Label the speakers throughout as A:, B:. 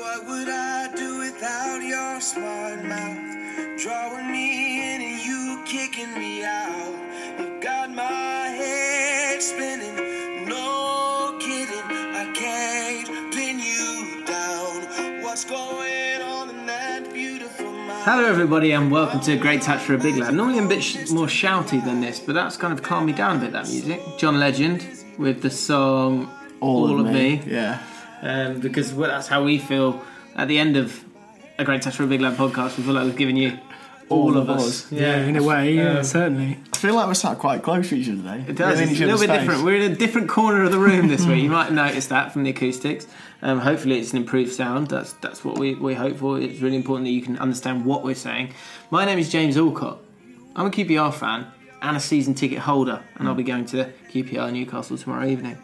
A: What would I do without your smart mouth? Drawing me in and you kicking me out. You got my head spinning. No kidding, I can't pin you down. What's going on in that beautiful mind?
B: Hello, everybody, and welcome to Great Touch for a Big Lad. Normally, I'm a bit sh- more shouty than this, but that's kind of calmed me down a bit. That music, John Legend, with the song "All, of, Me,",
C: Yeah.
B: um, because well, that's how we feel at the end of a Great Touch for a Big Lad podcast. We feel like we've given you all, of us. Um,
D: Yeah, in a way, yeah, certainly.
C: I feel like we're sat quite close to each other today.
B: It does.
C: We're in
B: It's
C: each
B: a little
C: other's
B: bit
C: face.
B: different. We're in a different corner of the room this week. You might notice that from the acoustics. Um, hopefully, it's an improved sound. That's that's what we, we hope for. It's really important that you can understand what we're saying. My name is James Alcott. I'm a QPR fan and a season ticket holder, and I'll be going to the QPR Newcastle tomorrow evening.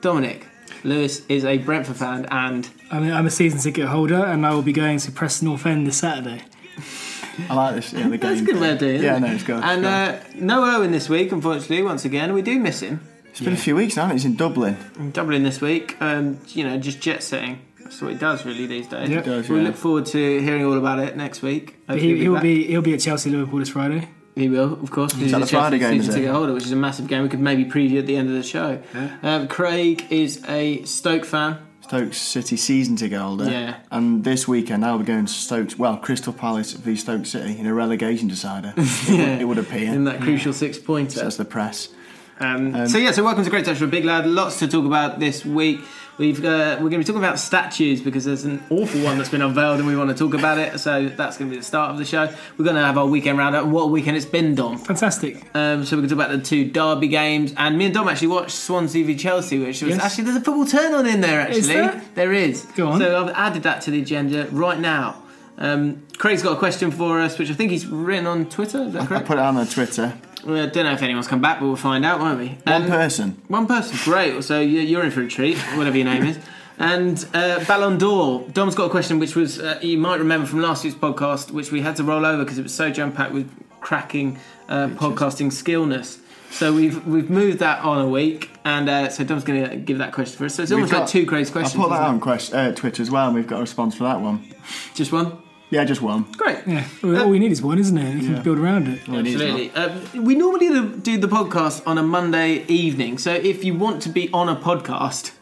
B: Dominic Lewis is a Brentford fan, and
D: I mean, I'm a season ticket holder, and I will be going to Preston North End this Saturday.
C: I like this. Yeah, the game.
B: that's a good way of doing it.
C: Yeah,
B: isn't
C: no,
B: it?
C: it's good.
B: And
C: it's, good.
B: uh, no Owen this week, unfortunately. Once again, we do miss him.
C: it's been a few weeks now. hasn't it? He's in Dublin.
B: Dublin this week. Um, you know, just jet setting. That's what he does really these days.
D: Yep. He
C: does,
B: We
C: yeah.
B: look forward to hearing all about it next week.
D: But
B: Hopefully
D: he, he'll
B: back.
D: be he'll be at Chelsea Liverpool this Friday.
B: He will, of course. because He's
C: that
B: a
C: the Friday
B: Chelsea
C: game,
B: season
C: is it?
B: ticket holder, which is a massive game. We could maybe preview at the end of the show. Um, Craig is a Stoke fan.
C: Stoke City season ticket holder.
B: Yeah.
C: And this weekend I'll be going to Stoke. Well, Crystal Palace v Stoke City in a relegation decider. it, would, it would
B: in
C: appear.
B: that crucial six pointer.
C: That's the press.
B: Um, so yeah, so welcome to Great Touch for a Big Lad. Lots to talk about this week. We've uh, we're going to be talking about statues because there's an awful one that's been unveiled and we want to talk about it. So that's going to be the start of the show. We're going to have our weekend roundup and what a weekend it's been, Dom.
D: Fantastic.
B: Um, so we can talk about the two derby games and me and Dom actually watched Swansea v Chelsea, which was
D: Yes.
B: actually there's a football turn on in there actually.
D: Is there?
B: There is.
D: Go on.
B: So I've added that to the agenda right now. Um, Craig's got a question for us, which I think he's written on Twitter. Is that
C: I
B: correct?
C: put it on the Twitter.
B: Well, I don't know if anyone's come back, but we'll find out, won't we?
C: One
B: Um,
C: person.
B: One person, great. So you- you're in for a treat, whatever your name is. And uh, Ballon d'Or. Dom's got a question, which was uh, you might remember from last week's podcast, which we had to roll over because it was so jam packed with cracking uh, podcasting skillness. So we've we've moved that on a week, and uh, so Dom's going to give that question for us. So it's almost
C: We've
B: like
C: got-
B: two Craig's questions.
C: I put that
B: isn't
C: on quest, uh, Twitter as well, and we've got a response for that one.
B: it? Just one.
C: Yeah, just one.
B: Great.
D: Yeah, Well, all we need is one, isn't it? You can build around it.
C: It is
B: Absolutely. Um, we normally do- do the podcast on a Monday evening, so if you want to be on a podcast,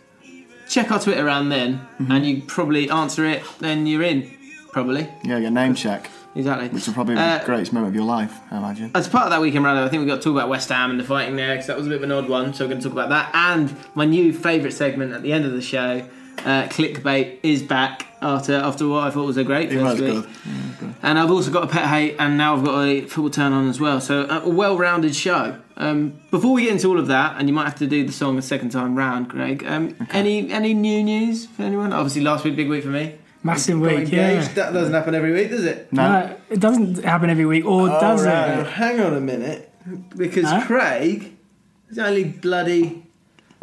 B: check our Twitter around then,
C: Mm-hmm.
B: and you probably answer it, then you're in. Probably.
C: Yeah, yeah, name check.
B: Exactly.
C: Which will probably be
B: Uh,
C: the greatest moment of your life, I imagine.
B: As part of that weekend roundup, I think we've got to talk about West Ham and the fighting there, because that was a bit of an odd one, so we're going to talk about that. And my new favourite segment at the end of the show, uh, Clickbait, is back after after what I thought was a great
C: It
B: first
C: was
B: week.
C: good.
B: And I've also got a pet hate, and now I've got a football turn on as well. So a well-rounded show. Um, before we get into all of that, and you might have to do the song a second time round, Greg. Um, Any any new news for anyone? Obviously, last week big week for me.
D: Massive
B: Got
D: week.
B: engaged.
D: Yeah.
B: That doesn't happen every week, does it?
C: No.
D: No, it doesn't happen every week, or
B: Oh,
D: does
B: Now,
D: it?
B: hang on a minute, because
D: Huh?
B: Craig has only bloody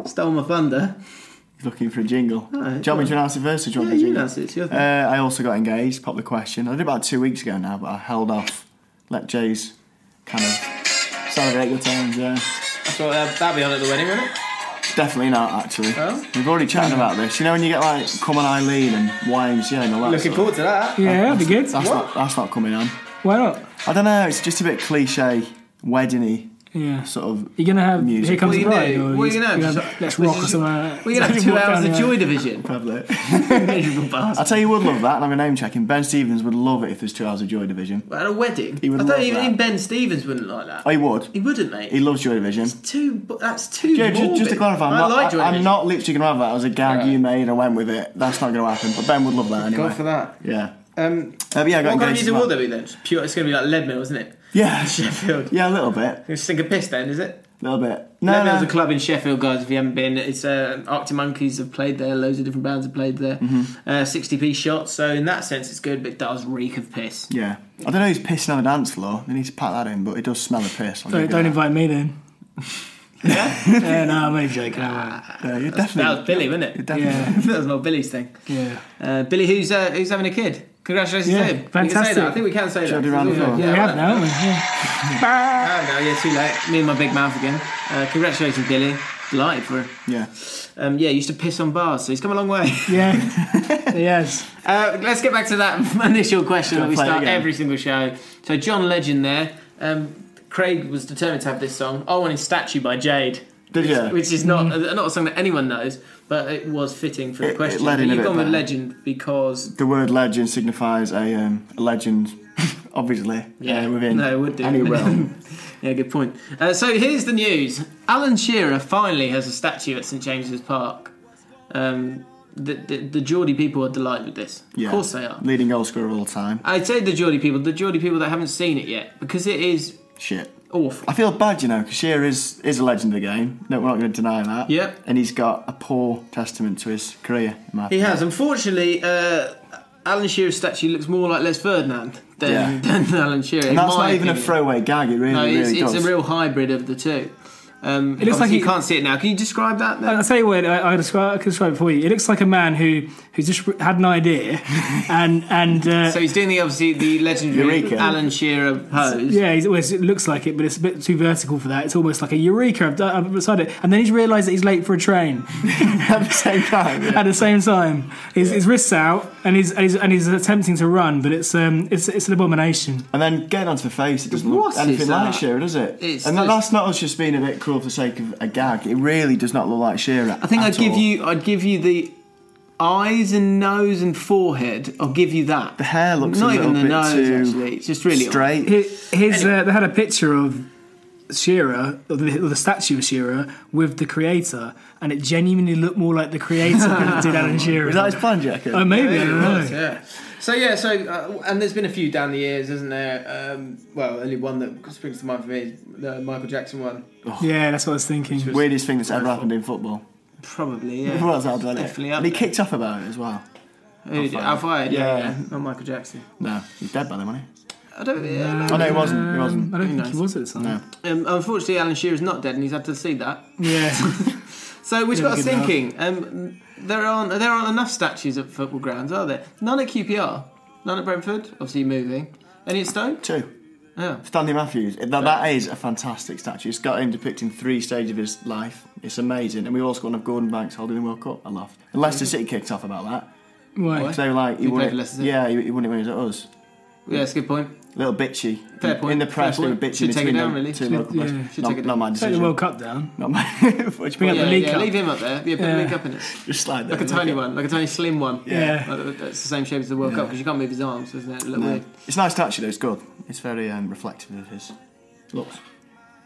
B: stole my thunder.
C: Looking for a jingle.
B: Alright,
C: do you
B: go
C: want me to announce it first or do you want
B: Yeah,
C: me to
B: you
C: jingle?
B: announce it, it's your thing.
C: Uh, I also got engaged, pop the question. I did about two weeks ago now, but I held off. Let Jay's kind of celebrate good times, yeah.
B: That's what uh, Babby on at the wedding, wasn't it?
C: Definitely not, actually.
B: Oh?
C: We've already chatted about this. You know when you get like Come on Eileen and YMCA and all that
B: Looking
C: sort
B: forward to that.
D: Yeah, that'd be good.
C: That's not, that's not coming on.
D: Why not?
C: I don't know, it's just a bit cliche weddingy
D: Yeah.
C: sort of.
D: You're gonna have
C: Music.
D: Here Comes
B: What
D: the
B: are you gonna
D: Bride.
B: do?
D: or
B: What are you gonna have?
D: have? Let's rock or something. like that.
B: We're gonna have two
D: Walk down
B: hours of
D: the-
B: Joy Division.
C: Probably.
B: Miserable
C: I
B: bastard.
C: tell you, who would love that, and I'm a name checking. Ben Stevens would love it if there's two hours of Joy Division.
B: At a wedding,
C: He would
B: I don't
C: love
B: even
C: that.
B: think Ben Stevens wouldn't like that.
C: Oh, he would.
B: he wouldn't, mate.
C: He loves Joy Division.
B: too. bu- That's too.
C: Yeah, just, just to
B: morbid.
C: clarify, I'm,
B: I
C: not,
B: like Joy
C: I, am
B: Division.
C: not literally going to have that. It was a gag
B: Alright.
C: you made. I went with it. That's not going to happen. But Ben would love that anyway.
B: God for that.
C: Yeah.
B: Um,
C: Uh, but yeah, I got
B: what kind of
C: engaged as
B: music
C: well.
B: will there be then? It's pure. It's gonna be like Leadmill, isn't it?
C: Yeah.
B: Sheffield.
C: Yeah, a little bit.
B: You sink a piss then, is it?
C: A little bit.
B: No,
C: No, no.
B: Leadmill's a club in Sheffield, guys. If you haven't been, it's uh, Arctic Monkeys have played there. Loads of different bands have played there.
C: Mm-hmm.
B: Uh, 60p shots. So in that sense, it's good, but it does reek of piss.
C: yeah. I don't know who's pissing on the dance floor. They need to pack that in, but it does smell of piss. I'll
D: Don't,
C: give you
D: don't
C: that.
D: invite me then. yeah. no, I'm only joking. I
C: Yeah, you're
B: That
C: definitely.
B: was Billy, wasn't it?
D: won't. Yeah.
B: that was my Billy's thing.
D: Yeah.
B: Uh, Billy, who's uh, who's having a kid? Congratulations
D: Yeah,
B: to him. We can say
D: fantastic.
B: that. I think we can say
C: Shall I
B: that.
C: do round the floor?
D: We
B: why not?
D: have now. haven't we?
B: Oh,
D: Yeah.
B: no, yeah, too late. Me and my big mouth again. Uh, congratulations, Billy. Delighted for him.
C: Yeah.
B: Um, yeah, he used to piss on bars, so he's come a long way.
D: Yeah. yes.
B: Uh, let's get back to that initial question that we
C: Play it
B: start
C: again.
B: every single show. So John Legend there. Um, Craig was determined to have this song. I wanted Statue by Jade.
C: Did you?
B: Which is not uh, not a song that anyone knows, but it was fitting for the
C: It- it
B: question.
C: led in
B: But
C: a
B: you've
C: bit
B: gone with
C: there.
B: Legend because
C: The word legend signifies a, um, a legend, obviously.
B: yeah,
C: uh, within
B: no, it would do.
C: any realm.
B: yeah, good point. Uh, so here's the news: Alan Shearer finally has a statue at St James's Park. Um, the, the, the Geordie people are delighted with this.
C: Yeah.
B: Of course they are.
C: Leading goal scorer of all time.
B: I'd say the Geordie people, the Geordie people that haven't seen it yet, because it is
C: Shit.
B: awful.
C: I feel bad, you know, because Shearer is, is a legend of the game. No, we're not going to deny that.
B: Yep.
C: And he's got a poor testament to his career, in my
B: He
C: opinion.
B: has, unfortunately, uh, Alan Shearer's statue looks more like Les Ferdinand than,
C: Yeah.
B: than Alan Shearer. in
C: And that's
B: my
C: not even a
B: opinion.
C: throwaway gag, it really,
B: No, it's,
C: really
B: it's
C: does.
B: a real hybrid of the two. Um,
D: It looks like
B: obviously
D: he-
B: you can't see it now. Can you describe that? Then?
D: I'll tell you what I, I, describe, I can describe it for you. It looks like a man who who's just had an idea, and and uh,
B: so he's doing the obviously the legendary
C: Eureka.
B: Alan Shearer pose.
D: yeah, he's, well, it looks like it, but it's a bit too vertical for that. It's almost like a eureka! I've, done, I've decided, and then he's realised that he's late for a train
C: at the same time. yeah.
D: at the same time. His, his wrists out, and he's, and he's and he's attempting to run, but it's um it's it's an abomination.
C: And then getting onto the face, it doesn't
B: What
C: look
B: is
C: anything
B: that?
C: like Shearer, does it?
B: It's
C: and that,
B: just-
C: that's not us just being a bit cruel for the sake of a gag. It really does not look like Shearer.
B: I think
C: at
B: I'd give
C: all.
B: you I'd give you the eyes and nose and forehead. I'll give you that.
C: The hair looks
B: not
C: a little
B: even the
C: bit
B: nose
C: too
B: actually. It's just really
C: straight.
D: His, his uh, they had a picture of Shearer, or the, or the statue of Shearer, with the creator, and it genuinely looked more like the creator than it did Alan Shearer.
C: Is that his plan, Jack?
D: Oh, maybe I
B: Yeah,
D: don't
B: it
D: know.
B: was, yeah. So yeah, so uh, and there's been a few down the years, isn't there? Um, well, only one that springs to mind for me, is the Michael Jackson one.
D: Yeah, that's what I was thinking.
C: Weirdest thing that's ever happened in football.
B: Probably, yeah.
C: Everyone's out done it.
B: Definitely up
C: And he
B: there.
C: kicked off about it as well.
B: Who did-
C: Alfie.
B: Alfie, yeah,
C: Yeah.
B: yeah, not Michael Jackson.
C: No, he's dead by then, wasn't he?
B: I don't. Yeah,
C: Oh no, he wasn't. He
D: Um, I
C: wasn't.
D: don't think he was at the time.
C: No.
B: Um, unfortunately, Alan Shearer's not dead, and he's had to see that.
D: Yeah,
B: So which got us
D: good enough.
B: thinking. Um, there aren't there aren't enough statues at football grounds, are there? None at QPR, none at Brentford. Obviously moving. Any at Stoke?
C: Two.
B: Yeah.
C: Stanley Matthews. That, that is a fantastic statue. It's got him depicting three stages of his life. It's amazing. And we've also got one of Gordon Banks holding the World Cup. I laughed. And Leicester City kicked off about that.
D: right.
C: So like he,
B: He
C: won
B: played
C: it.
B: for Leicester City.
C: yeah, he, he won it when he was at us.
B: Yeah, that's a good point.
C: Little bitchy.
B: Fair
C: in,
B: point,
C: in the
B: fair
C: press, they were
B: point.
C: bitchy
B: Should take
C: between
B: it down,
C: the
B: really.
C: two
B: Should-
C: local
D: yeah,
C: press.
B: should
C: not,
B: take it
C: not
B: down.
C: my
D: Take
C: decision.
D: the World Cup down.
C: Not my. Which
D: Bring up
C: point?
B: Yeah,
D: the league
B: yeah,
D: cup.
B: leave him up there. Yeah, put
D: Yeah.
B: the link up in it.
C: Just slide
B: Like a
C: that.
B: tiny one, like a tiny slim one.
D: Yeah.
B: Like, That's the same shape as the World Cup because you can't move his arms, isn't it? A little
C: Yeah.
B: weird.
C: It's a nice statue though. It's good. It's very um, reflective of his looks.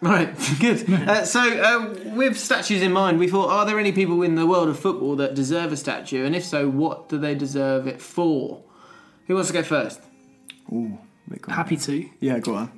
B: All right, good. Uh, so, uh, with statues in mind, we thought, are there any people in the world of football that deserve a statue? And if so, what do they deserve it for? Who wants to go first?
C: Ooh, a bit cool.
D: Happy to.
C: Yeah, go on.
B: uh,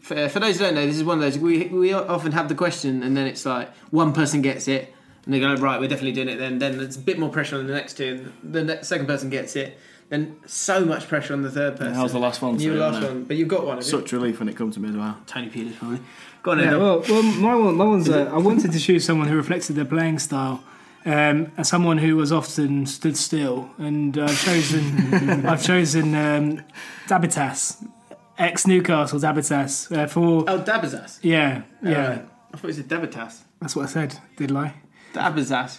B: For, for those who don't know, this is one of those we we often have the question, and then it's like one person gets it, and they go right, we're definitely doing it. Then then there's a bit more pressure on the next two. and The next, second person gets it. Then so much pressure on the third person.
C: that was the last one,
B: You
C: so,
B: were last
C: wasn't it?
B: one, but you've got one. Have you?
C: Such relief when it comes to me as well.
B: Tony Peters probably. Go on,
D: Yeah,
B: Adam.
D: well, well, my one, my one's. Uh, I wanted to choose someone who reflected their playing style, um, and someone who was often stood still. And I've chosen, I've chosen um, Dabitas, ex Newcastle Dabitas, uh, for
B: Oh, Dabazas.
D: yeah, yeah.
B: Alright. I thought you said Dabatas.
D: That's what I said. Did I?
B: Dabazas.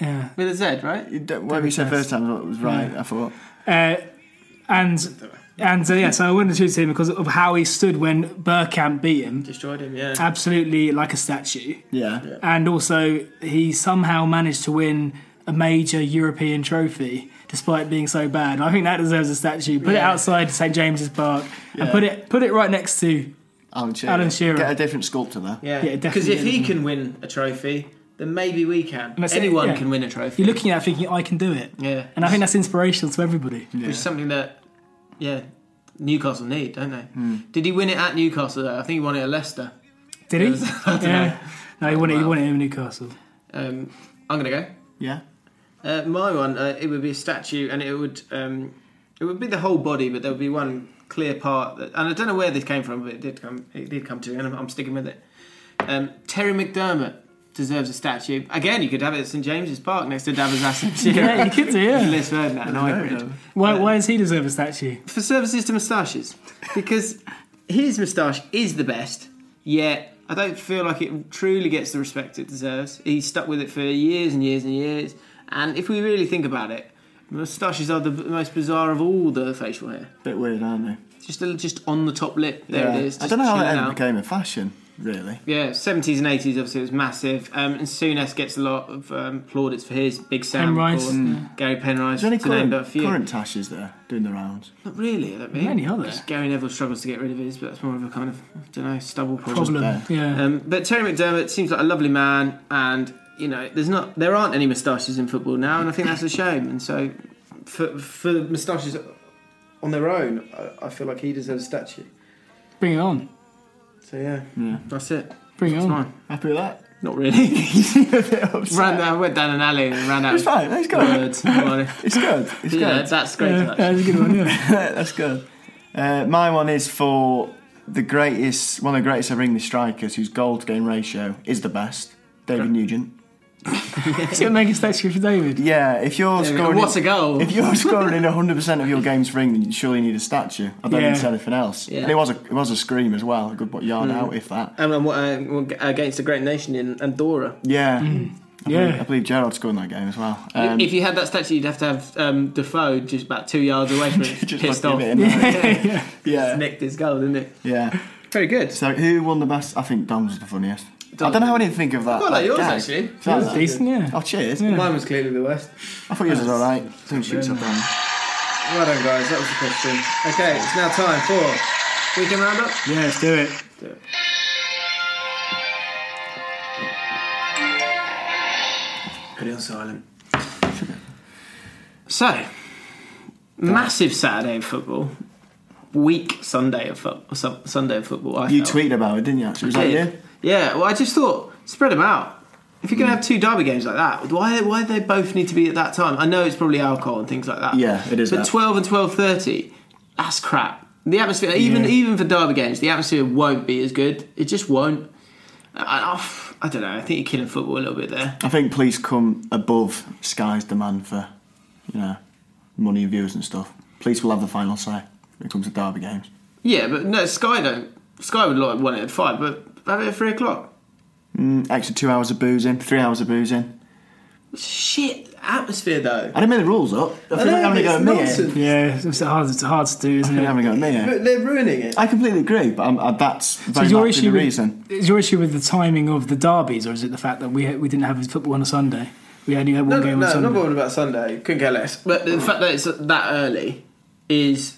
D: Yeah.
B: With a Z, right?
C: You don't- Whatever you said
D: Don't be
C: first time was right. I thought
D: Uh, and And uh, yeah, so I wanted to choose him because of how he stood when Burkamp beat him.
B: Destroyed him, yeah.
D: Absolutely like a statue.
C: Yeah.
D: And also, he somehow managed to win a major European trophy despite being so bad. And I think that deserves a statue. Put it
B: Yeah.
D: outside St James's Park and
C: Yeah.
D: put it put it right next to.
C: Alan Shearer.
D: Alan Shearer.
C: Get a different sculptor there.
D: Yeah,
B: yeah,
D: definitely,
B: because if he
D: definitely.
B: can win a trophy, then maybe we can.
D: that's it,
B: Anyone
D: yeah.
B: can win a trophy.
D: You're looking at it thinking, I can do it.
B: yeah,
D: And I think that's inspirational to everybody.
B: which is something that yeah Newcastle need, don't they?
D: Hmm.
B: Did he win it at Newcastle? Though? I think he won it at Leicester.
D: Did he?
B: I don't
D: yeah.
B: know.
D: No, he won it. He
B: Wow.
D: won it in Newcastle.
B: Um, I'm gonna go.
C: Yeah.
B: Uh, my one, uh, it would be a statue, and it would um, it would be the whole body, but there would be one clear part. That, and I don't know where this came from, but it did come. It did come to, and I'm, I'm sticking with it. Um, Terry McDermott deserves a statue. Again, you could have it at St James's Park next to Davos Asensio.
D: Yeah, you could do, yeah.
B: Liz Ferdinand and Ivory.
D: Why, why does he deserve a statue?
B: For services to moustaches, because his moustache is the best. Yet I don't feel like it truly gets the respect it deserves. He's stuck with it for years and years and years. And if we really think about it, moustaches are the b- most bizarre of all the facial hair.
C: Bit weird, aren't they?
B: Just a, just on the top lip. There
C: Yeah.
B: it is.
C: I don't know how
B: just
C: that
B: chilling
C: ever
B: out.
C: became a fashion, really.
B: Yeah, seventies and eighties obviously it was massive. Um, and Souness gets a lot of um, plaudits for his big Sam, of
D: Penrice,
B: course,
D: mm.
B: Gary Penrice.
C: Is there any
B: to name
C: current,
B: but a few.
C: current tashes there doing the rounds?
B: Not really. I don't mean.
D: Many other.
B: Just Gary Neville struggles to get rid of his, but that's more of a kind of I don't know stubble problem.
D: Problem.
C: bad.
D: Yeah.
B: Um, but Terry McDermott seems like a lovely man, and you know, there's not, there aren't any moustaches in football now, and I think that's a shame. And so, for for moustaches on their own, I, I feel like he deserves a statue.
D: Bring it on.
B: So yeah,
C: Yeah.
B: that's it.
D: Bring it
B: That's
D: on.
B: mine.
C: Happy with that?
B: Not really.
C: You seem a bit upset.
B: ran, I went down an alley and ran out.
C: It's fine. That's good.
B: Words. But
C: It's good. It's
B: yeah,
C: good.
B: that's great.
D: Yeah,
B: actually.
D: that's a good one. Yeah.
C: That's good. Uh, my one is for the greatest, one of the greatest ever English strikers whose goal to game ratio is the best, David Nugent.
D: so make a statue for David.
C: Yeah, if you're
B: There we go.
C: scoring,
B: What a goal.
C: If you're scoring in 100 percent of your games for England, you surely need a statue. I don't
D: Yeah.
C: need anything else.
B: Yeah.
C: And it was a it was a scream as well, a good what yard out if that.
B: And um, what, uh, against a great nation in Andorra.
C: Yeah, I believe, I
D: Yeah.
C: believe Gerard scored in that game as well. Um,
B: if you had that statue, you'd have to have um, Defoe just about two yards away from it,
C: just
B: pissed
C: lucky
B: off.
C: it in there.
B: It's
C: yeah,
B: nicked his goal, didn't it?
C: yeah.
B: Very good.
C: So who won the best? I think Dom's was the funniest. I don't know how I didn't think of that.
B: Quite like
C: that
B: yours,
C: gag.
B: actually.
C: Is that that?
D: Decent, yeah.
C: Oh, cheers.
B: Mine was clearly the worst.
C: I thought yours was alright. Don't shoot up Dom.
B: Well done, guys. That was the question. Okay, it's now time for weekend roundup.
D: Yeah, let's do it.
B: Put it on silent. So, massive Saturday of football, weak Sunday of football. Sunday of football. I
C: You
B: felt.
C: tweeted about it, didn't you? Actually, was that
B: Yeah.
C: you?
B: Yeah. Well, I just thought spread them out. If you're going to have two derby games like that, why why do they both need to be at that time? I know it's probably alcohol and things like that.
C: Yeah, it is
B: But
C: that.
B: twelve and twelve thirty, that's crap. The atmosphere, even
D: Yeah.
B: even for derby games, the atmosphere won't be as good. It just won't. I, I, I don't know. I think you're killing football a little bit there.
C: I think police come above Sky's demand for, you know, money and views and stuff. Police will have the final say when it comes to derby games.
B: Yeah, but no, Sky don't. Sky would like want it at five, but have it at three o'clock.
C: Mm, Extra two hours of boozing, three hours of boozing.
B: Shit atmosphere though.
C: I didn't make the rules up. I think
B: know,
C: they're having a go
B: it's
C: at
B: nonsense.
C: me. here. I think
D: Yeah, it's hard, it's hard to do, isn't
C: they're
D: it?
C: having a go at me. here.
B: They're ruining it.
C: I completely agree, but I'm, uh, that's very
D: your
C: much the
D: issue with-
C: reason.
D: Is your issue with the timing of the derbies, or is it the fact that we we didn't have football on a Sunday? We only had one
B: No,
D: game
B: no,
D: on
B: I'm
D: Sunday.
B: not bothered about Sunday. Couldn't care less. But the fact that it's that early is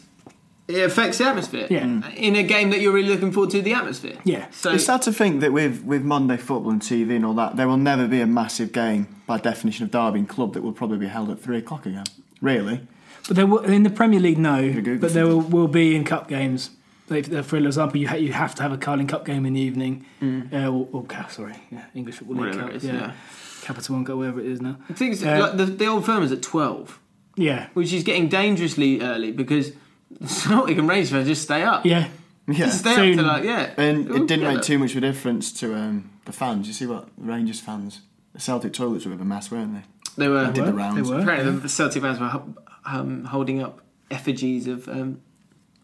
B: it affects the atmosphere.
D: Yeah. Mm.
B: In a game that you're really looking forward to, the atmosphere.
D: Yeah.
B: So
C: It's sad to think that with, with Monday football and TV and all that, there will never be a massive game by definition of derby and club that will probably be held at three o'clock again. Really?
D: But there will, in the Premier League, no.
C: good.
D: But there will, will be in cup games. Like, uh, For example, you ha- you have to have a Carling Cup game in the evening, uh, or, or ca- sorry, yeah, English Football League
B: Whatever
D: Cup,
B: it is,
D: yeah.
B: yeah.
D: Capital One Cup, whatever it is now.
B: the things
D: Uh,
B: like the, the old firm is at twelve,
D: Yeah,
B: which is getting dangerously early because Celtic and Rangers fans just stay up.
D: yeah,
C: Yeah.
B: Just stay
D: Soon.
B: up to like yeah.
C: And
B: Ooh,
C: it didn't
B: yeah,
C: make
B: look.
C: too much of a difference to um, the fans. You see what the Rangers fans, the Celtic toilets were a bit of a mess, weren't they?
B: They were.
C: Did the
D: were,
C: rounds.
D: they were.
B: Apparently, the Celtic fans were ho- um, holding up effigies of um,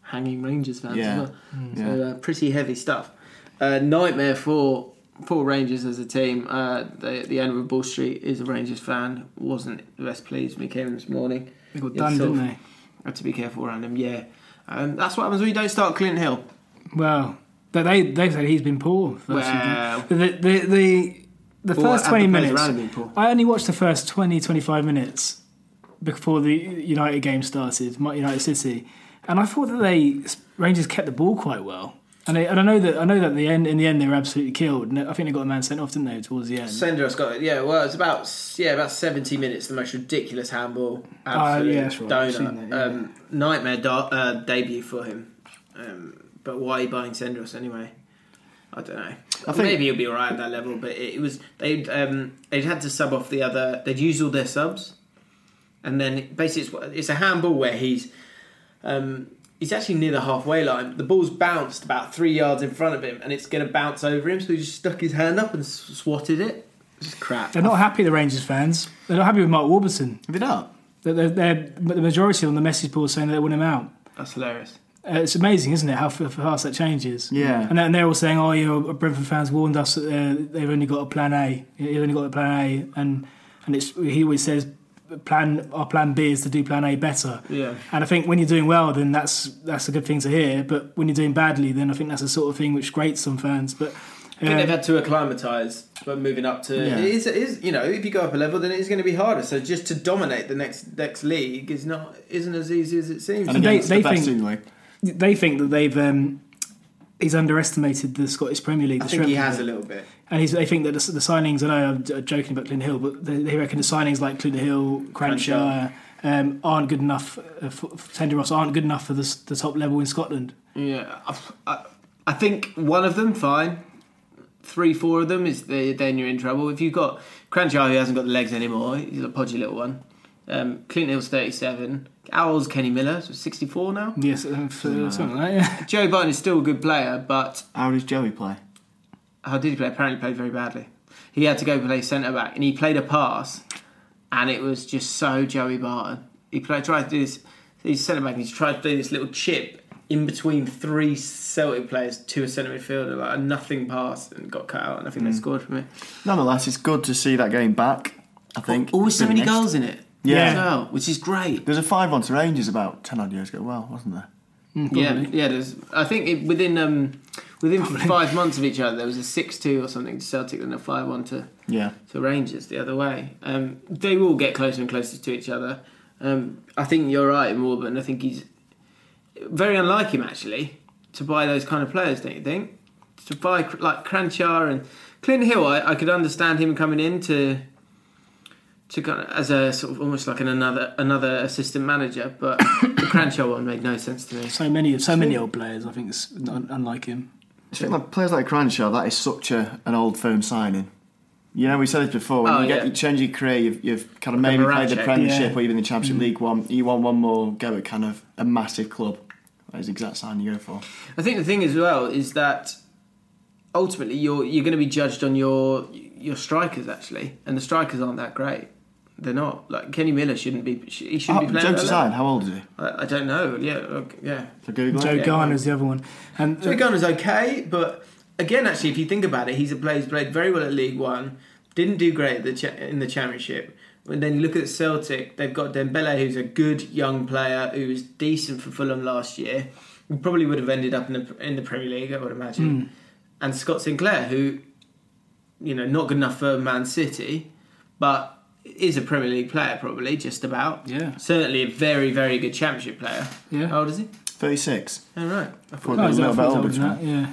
B: hanging Rangers fans
C: Yeah.
B: as well.
D: Mm.
B: So uh, pretty heavy stuff. Uh, nightmare for for Rangers as a team. Uh, the, the owner of Ball Street is a Rangers fan. Wasn't the best pleased when he came in this morning.
D: they got
B: Yeah,
D: done,
B: sort
D: didn't
B: of
D: they?
B: Had to be careful around him. Yeah. And that's what happens when you don't start Clint Hill.
D: Well, but they they said he's been poor. For
B: Well.
D: the the the, the
B: Poor
D: first
B: and
D: twenty
B: the players
D: minutes.
B: around him being poor.
D: I only watched the first 20, 25 minutes before the United game started, my- United City, and I thought that they Rangers kept the ball quite well. And I, and I know that I know that the end in the end they were absolutely killed. And I think they got a man sent off, didn't they, towards the end?
B: Senderos got it. Yeah, well, it's about s- yeah about seventy minutes. The most ridiculous handball, absolute
D: Uh, yeah, that's right. I've
B: donut,
D: seen that, yeah.
B: um, nightmare da- uh, debut for him. Um, but why are you buying Senderos anyway? I don't know. Maybe he'll be all right at that level, but it, it was they um, they'd had to sub off the other. They'd used all their subs, and then basically it's, what- it's a handball where he's um, he's actually near the halfway line. The ball's bounced about three yards in front of him, and it's going to bounce over him. So he just stuck his hand up and s- swatted it. It's just crap.
D: They're not happy, the Rangers fans. They're not happy with Mark Warburton.
C: Have you not?
D: They're, they're, they're, but the majority on the message board saying they want him out.
B: That's hilarious.
D: Uh, it's amazing, isn't it, how f- fast that changes?
C: Yeah.
D: And, then they're all saying, "Oh, you know, Brentford fans warned us that uh, they've only got a plan A. They've only got a plan A." And and it's he always says, "Plan our plan B is to do plan A better."
B: Yeah.
D: And I think when you're doing well, then that's that's a good thing to hear. But when you're doing badly, then I think that's the sort of thing which grates some fans. But
B: I think
D: uh,
B: they've had to acclimatise, but moving up to
C: Yeah.
B: it, is, it is you know if you go up a level, then it is going to be harder. So just to dominate the next next league is not isn't as easy as it seems.
C: And again,
D: They-
C: it's
D: they
C: the best
D: think-
C: in the league.
D: they think that they've um, he's underestimated the Scottish Premier League.
B: I
D: the
B: think he
D: strength of
B: has
D: it.
B: a little bit.
D: And he's, they think that the, the signings, I know I'm j- joking about Clint Hill, but they, they reckon the signings like Clint Hill, Cranshaw, um, aren't good enough, uh, for, for Tender Ross aren't good enough for the, s- the top level in Scotland.
B: Yeah, I, I, I think one of them fine. Three, four of them is the, then you're in trouble. If you've got Cranshaw who hasn't got the legs anymore, he's a podgy little one. Um, Clint Hill's 37. Owls Kenny Miller, so 64 now.
D: Yes, uh, for, something like that, yeah.
B: Joe Button is still a good player, but
C: How does Joey play?
B: how did he play? Apparently, he played very badly. He had to go play centre back, and he played a pass, and it was just so Joey Barton. He played, tried to do this. He's centre back. and He's tried to do this little chip in between three Celtic players to a centre midfielder, like a nothing pass, and got cut out. And I
C: Hmm.
B: think they scored from it.
C: Nonetheless, it's good to see that game back. I think
B: Always Oh, so
C: Being
B: many
C: next.
B: goals in it.
C: Yeah.
B: as well, which is great.
C: There was a five-one to Rangers about ten odd years ago. Well, wasn't there?
B: Yeah, yeah. There's, I think it, within um, within five months of each other, there was a six-two or something to Celtic, and a five-one to
C: Yeah.
B: to Rangers the other way. Um, they will get closer and closer to each other. Um, I think you're right in Warburton. I think he's very unlike him actually to buy those kind of players. Don't you think? To buy cr- like Cranchar and Clint Hill, I, I could understand him coming in to to kind of, as a sort of almost like an another another assistant manager, but the Cranchar one made no sense to me.
D: So many, so many old players, I think it's un- unlike him.
C: I think like players like Cranshaw, that is such a, an old firm signing. You know, we said this before. When
B: Oh,
C: you, get,
B: yeah.
C: you change your career, you've, you've kind of maybe
B: Like a
C: played the
B: Ratchet. Mm.
C: Premiership
D: Yeah.
C: or even the Championship League. One, you want one more go at kind of a massive club. That is the exact sign you go for.
B: I think the thing as well is that ultimately you're you're going to be judged on your your strikers actually, and the strikers aren't that great. They're not like Kenny Miller shouldn't be. He shouldn't
C: How,
B: be playing.
C: Oh, jokes
B: at that
C: aside, how old is he?
B: level. I, I don't know. Yeah, look, yeah.
C: For Google,
D: Joe
B: yeah.
D: Garner's the other one. And uh,
B: Joey Gunner's okay, but again, actually, if you think about it, he's a player who's played very well at League One, didn't do great at the cha- in the Championship. And then you look at Celtic, they've got Dembele, who's a good young player who was decent for Fulham last year. He probably would have ended up in the in the Premier League, I would
D: Hmm.
B: imagine. And Scott Sinclair, who, you know, not good enough for Man City, but is a Premier League player probably just about.
D: Yeah.
B: certainly a very very good Championship player.
D: Yeah.
B: how old is he?
C: thirty-six.
B: All right, I thought
C: Thought
D: Oh,
C: he was
D: is
C: a
D: that-
C: little bit
D: I thought
C: older,
D: it was
C: to be
D: that, yeah.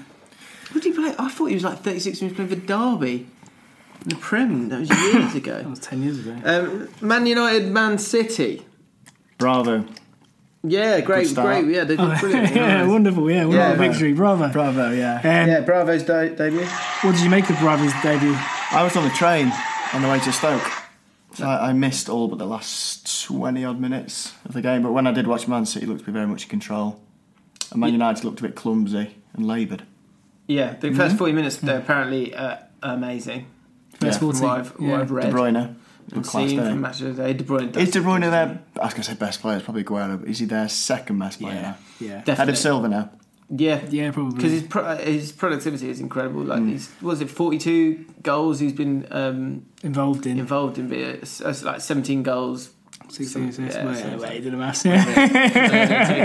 B: what did he play? I thought he was like 36 when he was playing for Derby in the Prem. That was years
D: That
B: ago.
D: was 10 years ago.
B: Um, Man United, Man City.
C: Bravo.
B: Yeah,
C: Good
B: great,
C: start.
B: great. Yeah, they did brilliant.
D: Oh, yeah, wonderful, yeah, wonderful
B: Yeah.
D: victory, bravo.
C: Bravo, yeah.
D: Um,
B: Yeah, Bravo's de- debut.
D: What did you make of Bravo's debut?
C: I was on the train on the way to Stoke. So I, I missed all but the last 20 odd minutes of the game, but when I did watch Man City, looked to be very much in control. And Man United looked a bit clumsy and laboured.
B: Yeah, the 1st 40 minutes they're apparently uh, amazing.
D: First
C: Yeah.
D: 14.
B: From what I've,
D: yeah.
B: what I've read.
C: De Bruyne. looked class,
B: Seen
C: didn't he?
B: from match of the day. De Bruyne does-
C: Is De Bruyne their, I was going to say best player, it's probably Guerrero, but is he their second best player now?
D: yeah.
C: Head
B: Definitely.
C: of Silva now.
B: Yeah,
D: Yeah, probably.
B: Because his pro- uh, his productivity is incredible. Like he's was it forty two goals he's been um,
D: Involved in.
B: uh, involved in, but it's, it's like seventeen goals,
D: 16 assists.
B: Yeah,
D: well,
B: so it's
D: yeah, well,
B: like-
D: he did the maths. Yeah.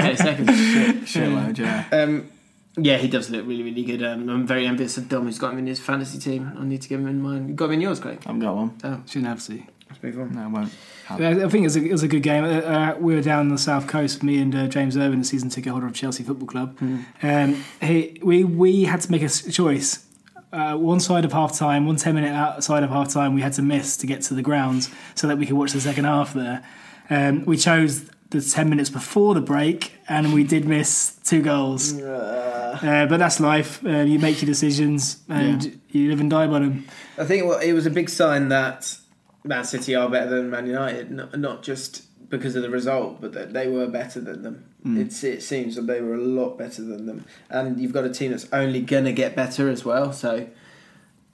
B: Okay, seconds.
C: Shitload, yeah.
B: Um, yeah, he does look really, really good. Um, I'm very envious of Dom, who's got him in his fantasy team. I need to get him in mine. You got him in yours, Craig.
C: I've got one.
D: Shouldn't have to.
B: Let's move on.
C: No, I won't.
D: Yeah, I think it was, a, it was a good game. Uh, Uh, we were down the south coast, me and uh, James Irvin, the season ticket holder of Chelsea Football Club. Um, he, we we had to make a s- choice. Uh, one side of half time, one 10 minute outside of half time, we had to miss to get to the grounds so that we could watch the second half there. Um, we chose the 10 minutes before the break and we did miss two goals. Uh, but that's life. Uh, you make your decisions and you live and die by them.
B: I think what- it was a big sign that Man City are better than Man United, not, not just because of the result, but that they were better than them. It's, it seems that they were a lot better than them. And you've got a team that's only going to get better as well, so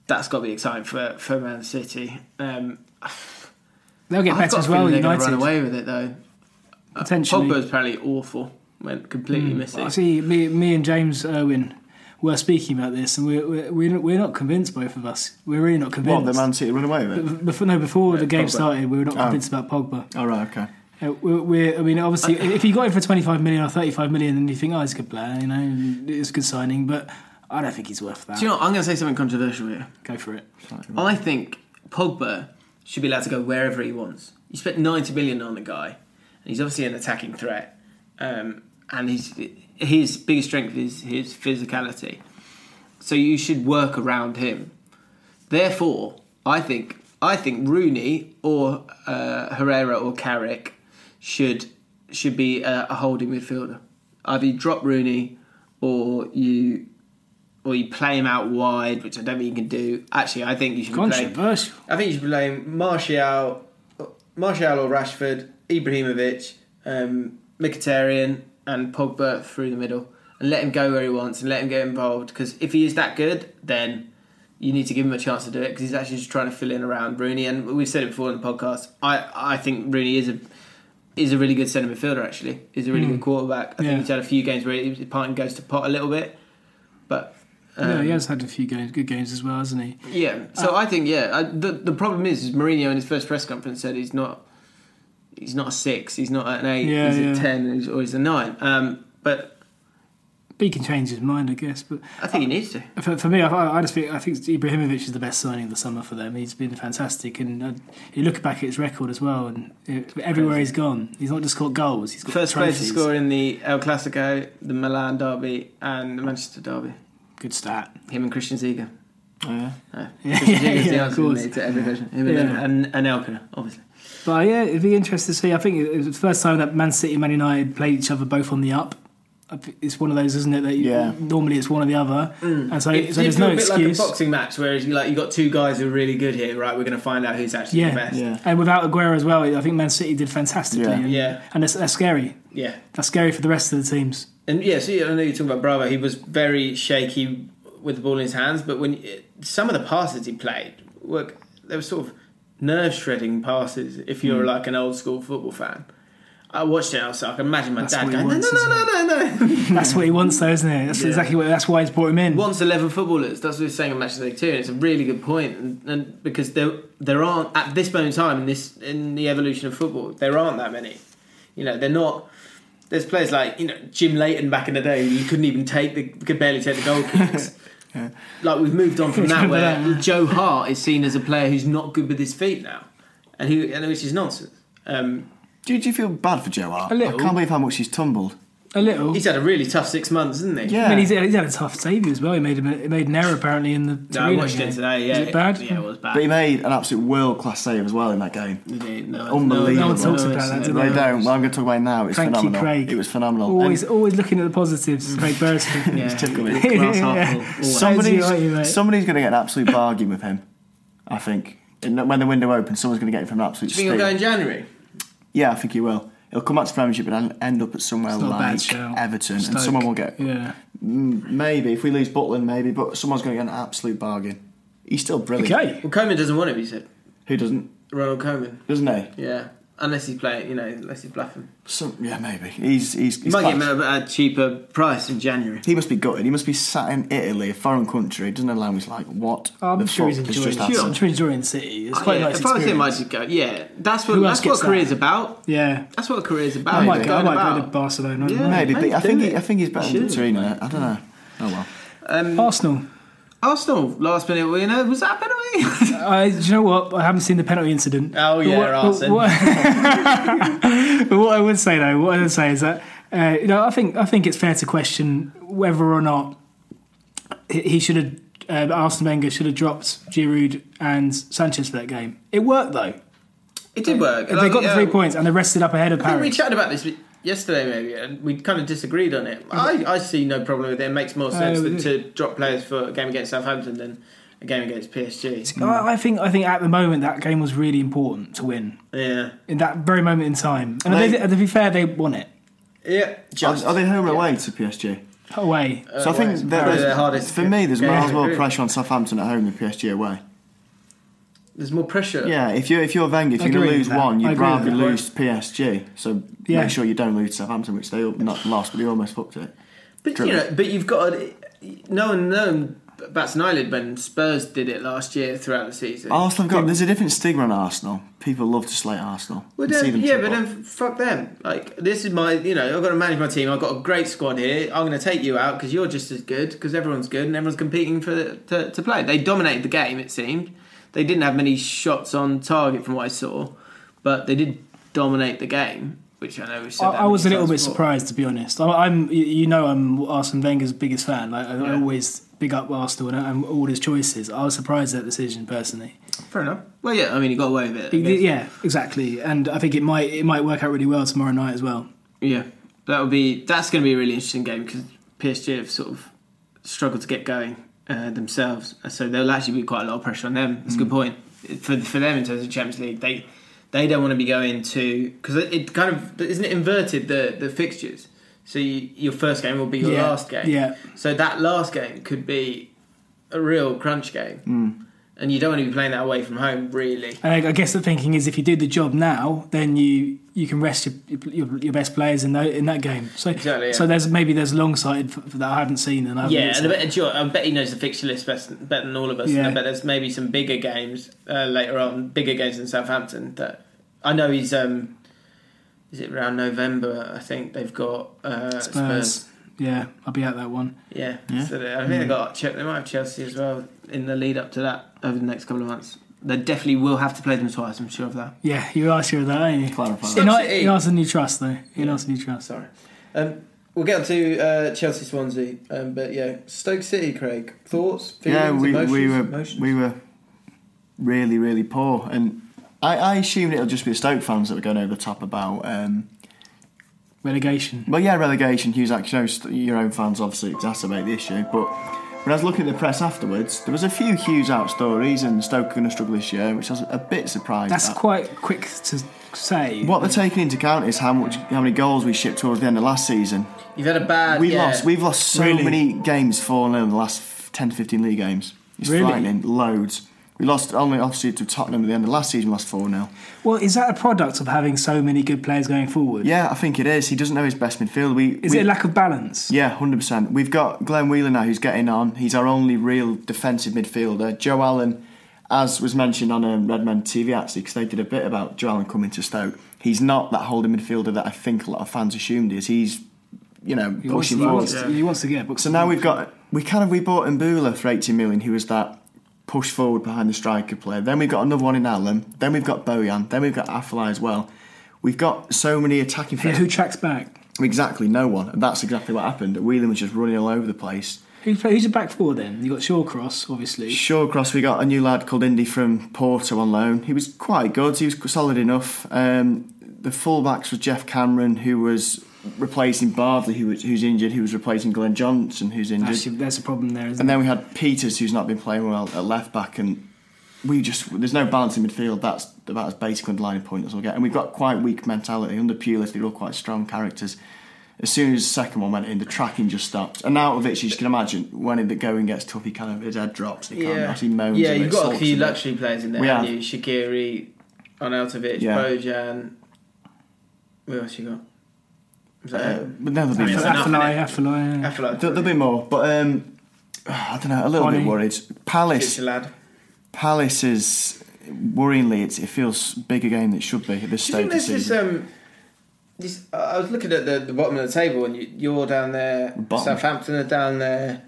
B: that's got to be exciting for, for Man City. Um,
D: They'll get
B: I've
D: better
B: got a
D: as well.
B: feeling they're going
D: United
B: to run away with it, though. Uh,
D: potentially. Hmm.
B: Pogba's apparently awful, went completely missing.
D: I see me, me and James Irwin were speaking about this, and we're, we're, we're, not, we're not convinced, both of us. We're really not
C: What,
D: convinced.
C: the Man City run away with it?
D: Before, no, before the game
B: Pogba.
D: started, we were not convinced about Pogba.
C: Oh, right, okay.
D: Uh, we're, we're, I mean, obviously, if you got him for 25 million or 35 million, then you think, oh, he's a good player, you know, and it's a good signing, but I don't think he's worth that.
B: Do you know what? I'm going to say something controversial here.
D: Go for it.
B: I think Pogba should be allowed to go wherever he wants. You spent 90 million on the guy, and he's obviously an attacking threat. Um, and his his biggest strength is his physicality. So you should work around him. Therefore, I think I think Rooney or uh, Herrera or Carrick should should be a, a holding midfielder. Either you drop Rooney or you or you play him out wide, which I don't think you can do. Actually, I think you should be playing.
D: Controversial.
B: I think you should be playing Martial, Martial or Rashford, Ibrahimovic, um, Mkhitaryan, and Pogba through the middle, and let him go where he wants and let him get involved. Because if he is that good, then you need to give him a chance to do it because he's actually just trying to fill in around Rooney. And we've said it before in the podcast. I, I think Rooney is a is a really good centre midfielder. Actually, he's a really good quarterback. I
D: Hmm. Yeah.
B: think he's had a few games where his part goes to pot a little bit, but.
D: yeah,
B: um,
D: he has had a few games, good games as well, hasn't he?
B: yeah. So
D: Uh,
B: I think yeah. I, the the problem is, is Mourinho in his first press conference said he's not he's not a six, he's not an eight,
D: Yeah,
B: he's
D: yeah.
B: a ten, and he's, or he's a nine. Um, but
D: But he can change his mind, I guess. But
B: I think he needs to.
D: For, for me, I, I just think I think Ibrahimovic is the best signing of the summer for them. He's been fantastic, and uh, you look back at his record as well, and it, everywhere he's gone, he's not just caught goals. He's got
B: First player
D: trophies.
B: to score in the El Clasico, the Milan derby, and the Manchester derby.
D: Good stat.
B: Him and Christian Ziga.
C: Oh, yeah.
D: Yeah,
B: Christian Ziga's
D: yeah,
B: the
D: of
B: answer
D: course.
B: to every question. Him and,
D: Yeah.
B: and, and Elka, obviously.
D: But yeah, it'd be interesting to see. I think it was the first time that Man City and Man United played each other both on the up. I thi- It's one of those, isn't it? That you,
C: Yeah.
D: normally it's one or the other, and so,
B: Mm. It-
D: so
B: it
D: there's
B: feel
D: no
B: a bit
D: excuse.
B: like a boxing match, whereas you like you got two guys who are really good here, right? We're going to find out who's actually the
D: yeah.
B: best.
C: Yeah.
D: and without Aguero as well, I think Man City did fantastically.
C: Yeah.
D: and,
B: Yeah.
D: and that's, that's scary.
B: yeah.
D: That's scary for the rest of the teams.
B: And yeah, so yeah, I know you talk about Bravo. He was very shaky with the ball in his hands, but when some of the passes he played, were they were sort of nerve shredding passes. If
D: Hmm.
B: you're like an old school football fan, I watched it. I was like, I can imagine my
D: That's
B: dad
D: what he
B: going, no,
D: wants,
B: no, no, no, no, no.
D: That's what he wants, though, isn't it? That's
B: Yeah.
D: exactly what. That's why he's brought him in.
B: Once eleven footballers. That's what he's saying in match day two, and it's a really good point. And, and because there there aren't at this moment in time in this in the evolution of football, there aren't that many. You know, they're not. There's players like you know Jim Leighton back in the day. You couldn't even take the could barely take the goal kicks. Like we've moved on from that,
D: Remember
B: where
D: that, yeah.
B: Joe Hart is seen as a player who's not good with his feet now, and who and which is nonsense. Um,
C: Do, you- do you feel bad for Joe Hart?
D: A little.
C: I can't believe how much he's tumbled.
D: a little.
B: he's had a really tough six months, isn't he?
C: Yeah.
D: I mean, he's, he's had a tough debut as well. He made him, he made an error apparently in the.
B: No, I
D: Torino
B: watched
D: game.
B: it today. Yeah,
D: Is it bad?
B: Yeah, it was bad.
C: But he made an absolute world class save as well in that game.
B: No,
C: Unbelievable. No one talks
D: about that, do
C: They don't. Well, I'm going to talk about it now. It's
D: Cranky
C: phenomenal.
D: Craig.
C: It was phenomenal.
D: Always,
C: And
D: always looking at the positives. Craig Beresford.
B: Mm. Yeah.
C: typical.
B: Glass half full, always.
D: As you are, you, mate.
C: somebody's, somebody's going to get an absolute bargain with him, I think. And when the window opens, someone's going to get him from an absolute
B: Do you think he'll
C: steal.
B: go in January?
C: Yeah, I think he will. He'll come back to Premiership and end up at somewhere
D: It's not a bad
C: like
D: shout.
C: Everton,
D: Stoke.
C: and someone will get
D: Yeah.
C: maybe if we lose Butland, maybe, but someone's going to get an absolute bargain. He's still brilliant.
D: Okay.
B: Well, Coman doesn't want him, he said.
C: Who doesn't?
B: Ronald Coman.
C: Doesn't he?
B: Yeah. Unless he's playing, you know, unless he's bluffing.
C: So yeah, maybe he's he's,
B: He
C: he's
B: might get
C: class.
B: him at a- at a cheaper price in January.
C: He must be gutted. He must be sat in Italy, a foreign country. Doesn't allow him. He's like, what?
D: I'm
C: the
D: sure he's
C: fuck has
D: enjoying.
C: just happened?
D: Sure. I'm sure he's enjoying City. It's quite
B: Oh, yeah,
D: nice.
B: if I was him, I'd
D: experience.
B: just go. Yeah, that's what
D: Who else
B: that's what
D: gets that?
B: career's about.
D: Yeah,
B: That's what a career's about.
D: I might
B: It's
D: go. I
B: going
D: might go to
B: about-
D: Barcelona. I don't
B: Yeah.
D: know.
C: Maybe, but
B: Hey,
C: I think
B: do
C: he,
B: it.
C: I think he's better
B: Should.
C: than Torino. I don't know. Oh well.
D: Arsenal.
B: Arsenal last minute winner was that a penalty?
D: I, do you know what? I haven't seen the penalty incident.
B: Oh,
D: But
B: yeah,
D: what, but
B: Arsene.
D: what- but what I would say though, what I would say is that uh, you know, I think I think it's fair to question whether or not he he should have. Uh, Arsene Wenger should have dropped Giroud and Sanchez for that game. It worked though.
B: it did work.
D: they
B: Like,
D: got the
B: yeah,
D: three points and they rested up ahead of
B: I think we
D: Paris.
B: chatted about this yesterday, maybe, and we kind of disagreed on it. I, I see no problem with it. It makes more sense
D: we
B: than
D: did.
B: to drop players for a game against Southampton than a game against PSG.
D: I, I think I think at the moment that game was really important to win
B: Yeah,
D: in that very moment in time. And
C: They-
D: they, to be fair, they won it
B: yeah. Just
C: Are, are they home or away to PSG?
D: away.
C: so I think
B: it's probably
C: there- there's-
B: their hardest
C: for me. There's
B: game.
C: miles
B: Yeah, I
C: more
B: agree.
C: pressure on Southampton at home than PSG away.
B: there's more pressure.
C: Yeah, if you if you're Wenger, if
D: I
C: you're going
D: agree
C: to
D: with
C: lose
D: that.
C: one,
D: I
C: you'd
D: agree with
C: rather
D: that.
C: lose PSG. So
D: Yeah.
C: make sure you don't lose Southampton, which they not lost, but they almost fucked it.
B: But
C: True.
B: you know, but you've got to, no one, no one bats an eyelid when Spurs did it last year throughout the season.
C: Arsenal have got there's a different stigma on Arsenal. People love to slate Arsenal.
B: Well,
C: and see
B: then,
C: them
B: yeah, but
C: triple.
B: then fuck them. Like this is my, you know, I've got to manage my team. I've got a great squad here. I'm going to take you out because you're just as good because everyone's good and everyone's competing for to, to play. They dominated the game. It seemed they didn't have many shots on target from what I saw, but they did dominate the game, which I know we said.
D: I,
B: that
D: I was a
B: many
D: little bit
B: times before.
D: surprised, to be honest. I, I'm, y- you know, I'm Arsene Wenger's biggest fan. Like, I, I
B: Yeah.
D: always big up Arsenal and, and all his choices. I was surprised at that decision personally.
B: Fair enough. Well, yeah, I mean, you got away with it. I
D: It-
B: guess.
D: yeah, exactly. And I think it might it might work out really well tomorrow night as well.
B: Yeah, that would be that's going to be a really interesting game because PSG have sort of struggled to get going uh, themselves, so there'll actually be quite a lot of pressure on them. That's a
D: Mm.
B: good point for for them in terms of Champions League. They they don't want to be going to because it, it kind of isn't it inverted the the fixtures. So you, your first game will be your
D: Yeah,
B: last game.
D: yeah.
B: So that last game could be a real crunch game,
D: Mm.
B: and you don't want to be playing that away from home, really.
D: And I, I guess the thinking is, if you do the job now, then you you can rest your your, your best players in that in that game. So
B: Exactly, yeah.
D: so there's maybe there's long sighted for, for that I haven't seen and I haven't
B: Yeah, and I
D: seen.
B: bet, sure, I bet he knows the fixture list best, better than all of us. And I
D: Yeah.
B: bet there's maybe some bigger games uh, later on, bigger games in Southampton. That I know he's. Um, is it around November? I think they've got uh, Spurs.
D: Spurs. Yeah, I'll be at that one.
B: Yeah, Mm. So they, I think they got. Che- They might have Chelsea as well in the lead up to that over the next couple of months. They definitely will have to play them twice. I'm sure of that.
D: Yeah, you asked her that, ain't you?
C: Clarify that.
D: In, Ar-
B: City.
D: in Arsenal you trust though. In
B: Yeah.
D: Arsenal you trust.
B: Sorry. Um, we'll get on to uh, Chelsea Swansea, um, but yeah, Stoke City. Craig, thoughts, feelings,
C: yeah, we,
B: emotions,
C: we were
B: emotions?
C: we were really really poor, and I, I assumed it'll just be the Stoke fans that were going over the top about. Um,
D: Relegation.
C: well, yeah, relegation. Hughes actually, your own fans obviously exacerbate the issue, but when I was looking at the press afterwards, there was a few Hughes out stories, and Stoke are going to struggle this year, which I was a bit surprised.
D: That's
C: at.
D: quite quick to say.
C: What they're taking into account is how much, how many goals we shipped towards the end of last season.
B: You've had a bad.
C: We
B: yeah.
C: lost. We've lost so
D: Really?
C: many games four 0 in the last f- ten to fifteen league games. It's
D: Really?
C: frightening. Loads. We lost only obviously to Tottenham at the end of last season. we Lost four 0
D: Well, is that a product of having so many good players going forward?
C: Yeah, I think it is. He doesn't know his best midfield. We
D: Is
C: we,
D: it a lack of balance?
C: Yeah, hundred percent. We've got Glenn Wheeler now, who's getting on. He's our only real defensive midfielder. Joe Allen, as was mentioned on um, Redman TV actually, because they did a bit about Joe Allen coming to Stoke. He's not that holding midfielder that I think a lot of fans assumed he is. He's, you know,
D: He wants,
C: pushing
D: he,
C: forward.
D: wants, he wants to get a book.
C: So now we've got we kind of we bought Mbula for eighteen million, who was that push forward behind the striker player. Then we've got another one in Allen. Then we've got Bojan. Then we've got Afellay as well. We've got so many attacking.
D: Yeah,
C: threats.
D: who tracks back?
C: Exactly, no one. And that's exactly what happened. Whelan was just running all over the place.
D: Who play, who's your back four then? You got Shawcross, obviously.
C: Shawcross, we got a new lad called Indy from Porto on loan. He was quite good. He was solid enough. Um, the fullbacks was Jeff Cameron, who was replacing Bardley, who was, who's injured. Who was replacing Glenn Johnson, who's injured.
D: Actually, there's a problem there, isn't
C: and then we had Peters, who's not been playing well at left back, and we just there's no balance in midfield. That's about as basic underlying point as we'll get. And we've got quite weak mentality under Pulis. They're all quite strong characters. As soon as the second one went in, the tracking just stopped. And now of it, you can imagine when the going gets tough, he kind of his head drops. He can't
B: Yeah,
C: actually moans.
B: yeah
C: bit,
B: you've got a
C: sulks
B: few
C: bit.
B: luxury players in there,
C: We
B: haven't
C: have.
B: you? Shakiri, Arnautovic,
C: Yeah.
B: Bojan, What else you got? Was that
C: Uh,
B: it?
C: but no, there'll be
B: That's enough,
C: more.
D: Affalai,
B: innit?
D: Affalai,
B: I
D: yeah.
B: feel like
C: There- There'll be more, but um, I don't know. A little
D: Bonnie.
C: bit worried.
B: it's
C: Palace,
B: a lad.
C: Palace is worryingly. It's, it feels big a game than it should be at this
B: Do you
C: stage.
B: think
C: of
B: there's
C: the
B: this?
C: season.
B: Um, this I I was looking at the, the bottom of the table, and you, you're down there.
C: Bottom.
B: Southampton are down there.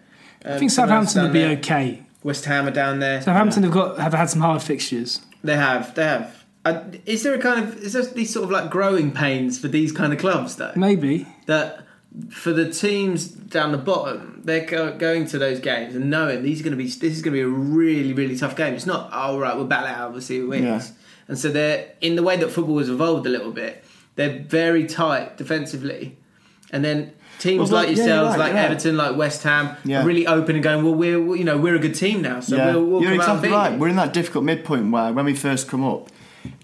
B: um,
D: I think Southampton would be okay.
B: West Ham are down there.
D: Southampton have got have had some hard fixtures.
B: They have. They have. Uh, is there a kind of is there these sort of like growing pains for these kind of clubs though?
D: Maybe
B: That for the teams down the bottom, they're go- going to those games and knowing these are going to be this is going to be a really really tough game. It's not all right. We'll battle it out. We'll see who wins.
C: Yeah.
B: And so they're in the way that football has evolved a little bit. They're very tight defensively, and then teams
C: Well,
B: like
C: yeah, you're
B: yourselves,
C: right,
B: like
C: you're right.
B: Everton, like West Ham,
C: Yeah.
B: are really open and going. Well, we're you know we're a good team now, so
C: yeah,
B: we'll, we'll
C: you're
B: come out
C: exactly
B: and beat
C: right.
B: you."
C: We're in that difficult midpoint where, when we first come up,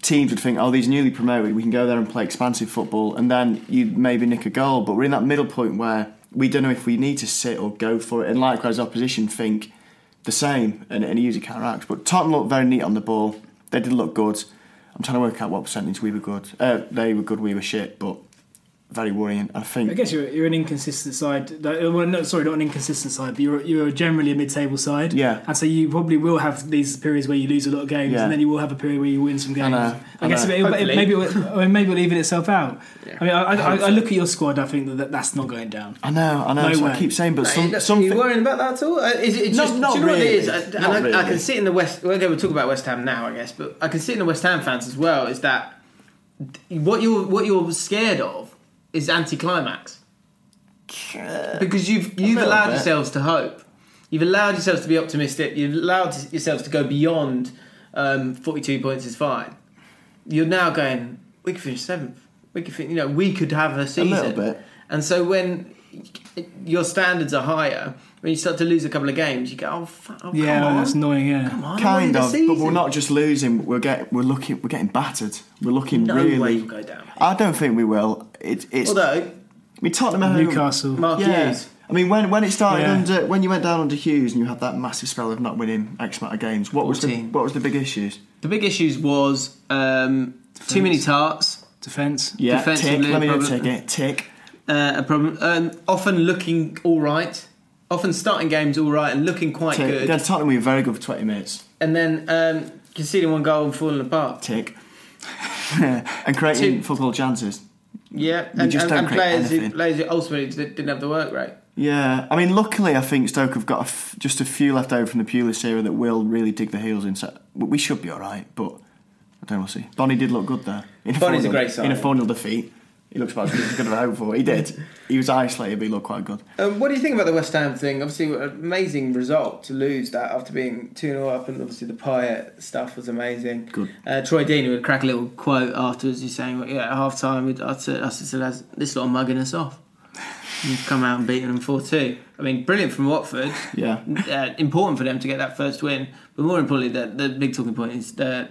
C: teams would think, "Oh, these newly promoted, we can go there and play expansive football," and then you maybe nick a goal. But we're in that middle point where we don't know if we need to sit or go for it, and likewise, opposition think the same, and, and it usually counteracts. But Tottenham looked very neat on the ball. They did look good. I'm trying to work out what percentage we were good. Uh, they were good. We were shit, but very worrying. I think.
D: I guess you're, you're an inconsistent side. like, uh, Well, no, sorry, not an inconsistent side, but you're you're generally a mid-table side.
C: Yeah.
D: and so you probably will have these periods where you lose a lot of games,
C: Yeah.
D: and then you will have a period where you win some games.
C: I know, I
D: guess
C: know.
D: it- it- it-
B: Hopefully.
D: maybe it'll- I mean, maybe it'll even itself out. I mean, I, I, I, I look at your squad. I think that that's not going down.
C: I know, I know.
D: No
C: so I
D: way.
C: keep saying, but
B: Like,
C: some,
B: look,
C: something.
B: You worrying about that at all? Uh, Is it it's
C: No,
B: just,
C: not
B: do you know what it is?
C: really.
B: I, and
C: Not
B: I, I
C: really.
B: can see it in the West. well, Okay, we'll talk about West Ham now, I guess, but I can see it in the West Ham fans as well. Is that what you're what you're scared of is anticlimax because you've you've
C: little
B: allowed
C: bit.
B: yourselves to hope. You've allowed yourselves to be optimistic. You've allowed yourselves to go beyond um, 42 points is fine. You're now going. We could finish seventh. We could, fin- you know, we could have a season.
C: little bit.
B: And so when your standards are higher, when you start to lose a couple of games, you go, oh, fuck, oh
D: Yeah,
B: come on.
D: that's annoying. Yeah,
B: Come on,
C: Kind
B: we're in
C: of,
B: the
C: but we're
B: season.
C: not just losing. We're get we're looking we're getting battered. We're looking
B: No
C: really.
B: way we'll go down.
C: I don't think we will. It, it's
B: Although
C: I mean Tottenham at home-
D: Newcastle.
B: Mark
C: Yeah,
B: Hughes,
C: I mean when when it started
D: Yeah.
C: under when you went down under Hughes and you had that massive spell of not winning X amount of games. What was the
B: 14.
C: what was the big issues?
B: the big issues was um, too many tarts.
D: defense.
C: Yeah, tick.
B: Defensively,
C: Let me
B: probably-
C: take it. Tick.
B: uh, a problem. Um, often looking all right, often starting games all right and looking quite
C: Tick.
B: good,
C: Against Tottenham, we were very good for twenty minutes.
B: and then um, conceding one goal and falling apart.
C: Tick. and creating
B: Two.
C: football chances.
B: Yeah, and,
C: just
B: and,
C: don't
B: and
C: create
B: players, who,
C: anything.
B: players who ultimately did- didn't have the work rate.
C: Yeah, I mean, luckily, I think Stoke have got a f- just a few left over from the Pulis era that will really dig the heels in. So we should be all right, but I don't know. We'll see. Bonnie did look good there. In a
B: Bonnie's a
C: 4-0
B: great signing.
C: In a 4 0 defeat, he looks about as good as he could have hoped for. He did. He was isolated, but he looked quite good.
B: Um, what do you think about the West Ham thing? Obviously, an amazing result to lose that after being 2 0 up, and obviously the Pyatt stuff was amazing.
C: Good.
B: Uh, Troy Dean would crack a little quote afterwards, he's saying, well, Yeah, at half time, we'd utter, us as lads, this lot are mugging us off. And we've come out and beaten them 4 2. I mean, brilliant from Watford.
C: Yeah.
B: Uh, important for them to get that first win, but more importantly, the, the big talking point is that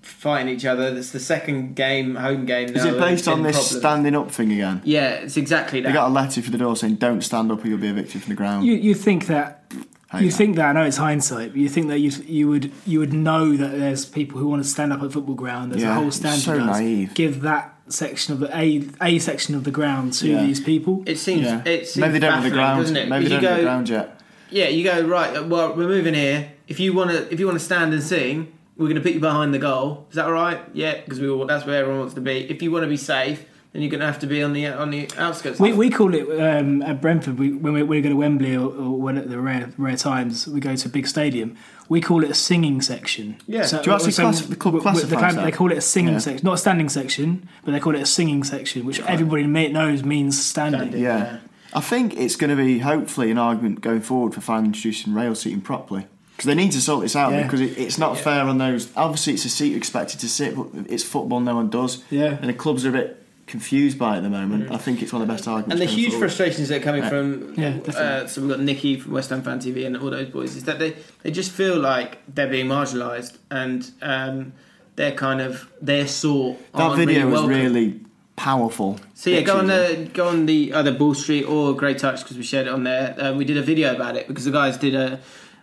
B: fighting each other. That's the second game, home game.
C: Is
B: now,
C: it
B: that's
C: based on
B: been
C: this
B: problems.
C: standing up thing again?
B: Yeah, it's exactly that.
C: They got a letter through the door saying, "Don't stand up, or you'll be evicted from the ground."
D: You you think that
C: Hey,
D: you
C: man.
D: think that I know it's hindsight, but you think that you you would you would know that there's people who want to stand up at football ground. There's a
C: Yeah,
D: whole
C: it's
D: stand
C: so
D: for us.
C: naive.
D: Give that section of the a a section of the ground to
C: Yeah.
D: these people.
B: it seems
C: yeah.
B: it seems
C: Maybe they don't have the
B: baffling,
C: ground.
B: doesn't it?
C: Maybe they
B: you
C: don't have the
B: go-
C: ground yet.
B: Yeah, you go right. uh, Well, we're moving here. If you want to, if you want to stand and sing, we're going to put you behind the goal. Is that all right? Yeah, because we all, that's where everyone wants to be. If you want to be safe, then you're going to have to be on the on the outskirts.
D: We, we call it um, at Brentford we, when we, we go to Wembley or, or when at the rare rare times we go to a big stadium. We call it a singing section.
B: Yeah.
C: Do you actually class- the club
D: w- w-
C: classifies
D: clan-
C: that?
D: They call it a singing
C: Yeah.
D: section, not a standing section, but they call it a singing section, which everybody ma- knows means standing.
B: Standing.
C: Yeah.
B: Yeah.
C: I think it's going to be hopefully an argument going forward for finally introducing rail seating properly because they need to sort this out
D: Yeah.
C: because it, it's not fair on those. Obviously, it's a seat you're expected to sit, but it's football, no one does.
D: Yeah.
C: and the clubs are a bit confused by it at the moment. I think it's one of the best arguments.
B: Mm. and the
C: going
B: huge
C: forward.
B: frustrations that are coming from
D: Yeah,
B: uh,
D: definitely.
B: so we've got Nicky from West Ham Fan TV and all those boys is that they, they just feel like they're being marginalised and um, they're kind of their sort
C: That
B: aren't
C: video was
B: welcome.
C: really powerful.
B: So yeah, go on uh,
C: Pictures,
B: the go on the other Ball Street or Great Touch because we shared it on there. Um, we did a video about it because the guys did a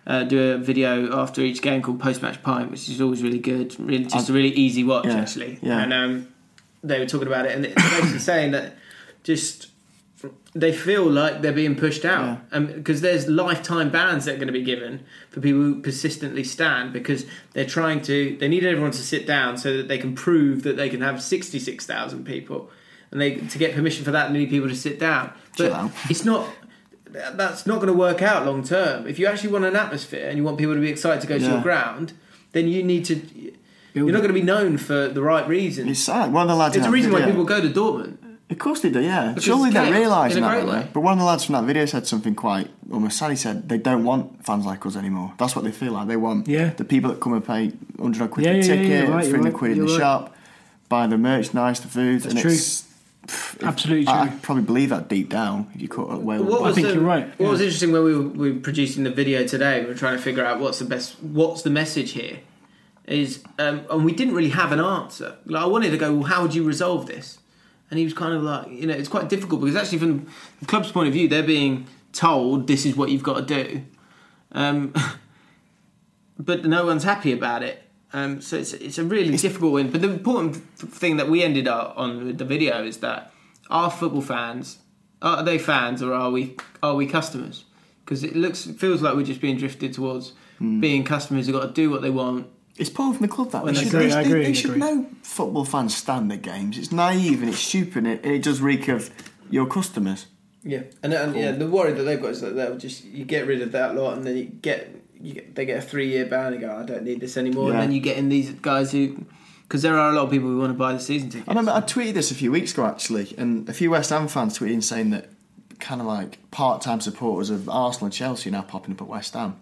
B: uh, do a video after each game called post match pint, which is always really good, really just a really easy watch
C: yeah,
B: actually.
C: yeah.
B: And um, they were talking about it and they're basically saying that just they feel like they're being pushed out because there's lifetime bans that are going to be given for people who persistently stand because they're trying to they need everyone to sit down so that they can prove that they can have 66,000 people and they to get permission for that many people to sit down
C: Chill out.
B: but it's not that's not going to work out long term if you actually want an atmosphere and you want people to be excited to go to
C: Yeah.
B: your ground then you need to you're not going to be known for the right reasons
C: It's sad. One of the lads.
B: it's
C: in
B: the
C: that
B: reason why
C: video-
B: people go to Dortmund
C: Of course they do, yeah.
B: Because
C: Surely
B: it's
C: they're
B: chaos,
C: realising
B: in a
C: that.
B: great
C: though.
B: way.
C: But one of the lads from that video said something quite almost sad. He said they don't want fans like us anymore. That's what they feel like. They want
D: Yeah.
C: the people that come and pay 100 odd quid for
D: Yeah,
C: a
D: yeah, yeah,
C: ticket,
D: you're right, you're
C: 300
D: right,
C: quid in the
D: you're right.
C: shop, buy the merchandise, the food. and
D: true.
C: It's, pff, if-
D: Absolutely
C: I, I
D: true.
C: probably believe that deep down if you cut it way
B: What
D: I
B: was
D: think
B: the-
D: you're right,
B: What was
D: yeah.
B: interesting when we were, we were producing the video today, we were trying to figure out what's the best, what's the message here, is, um, and we didn't really have an answer. Like I wanted to go, well, how would you resolve this? And he was kind of like, you know, it's quite difficult because actually, from the club's point of view, they're being told this is what you've got to do, um, but no one's happy about it. Um, so it's it's a really difficult win. But the important f- thing that we ended up on with the video is that our football fans are they fans or are we are we customers? Because it looks it feels like we're just being drifted towards being customers who got to do what they want.
C: It's poor from the club that. They
B: I
C: should,
D: agree,
C: they,
D: I
C: they-
D: agree,
C: they
D: I
C: should
D: agree.
C: know football fans stand their games. It's naive and it's stupid and it, and it does reek of your customers.
B: Yeah, and, and yeah, the worry that they've got is that they'll just you get rid of that lot, and then you get, you get they get a three year ban and go, I don't need this anymore,
C: Yeah.
B: and then you get in these guys who. Because there are a lot of people who want to buy the season tickets.
C: I remember I tweeted this a few weeks ago actually, and a few West Ham fans tweeted saying that kind of like part time supporters of Arsenal and Chelsea are now popping up at West Ham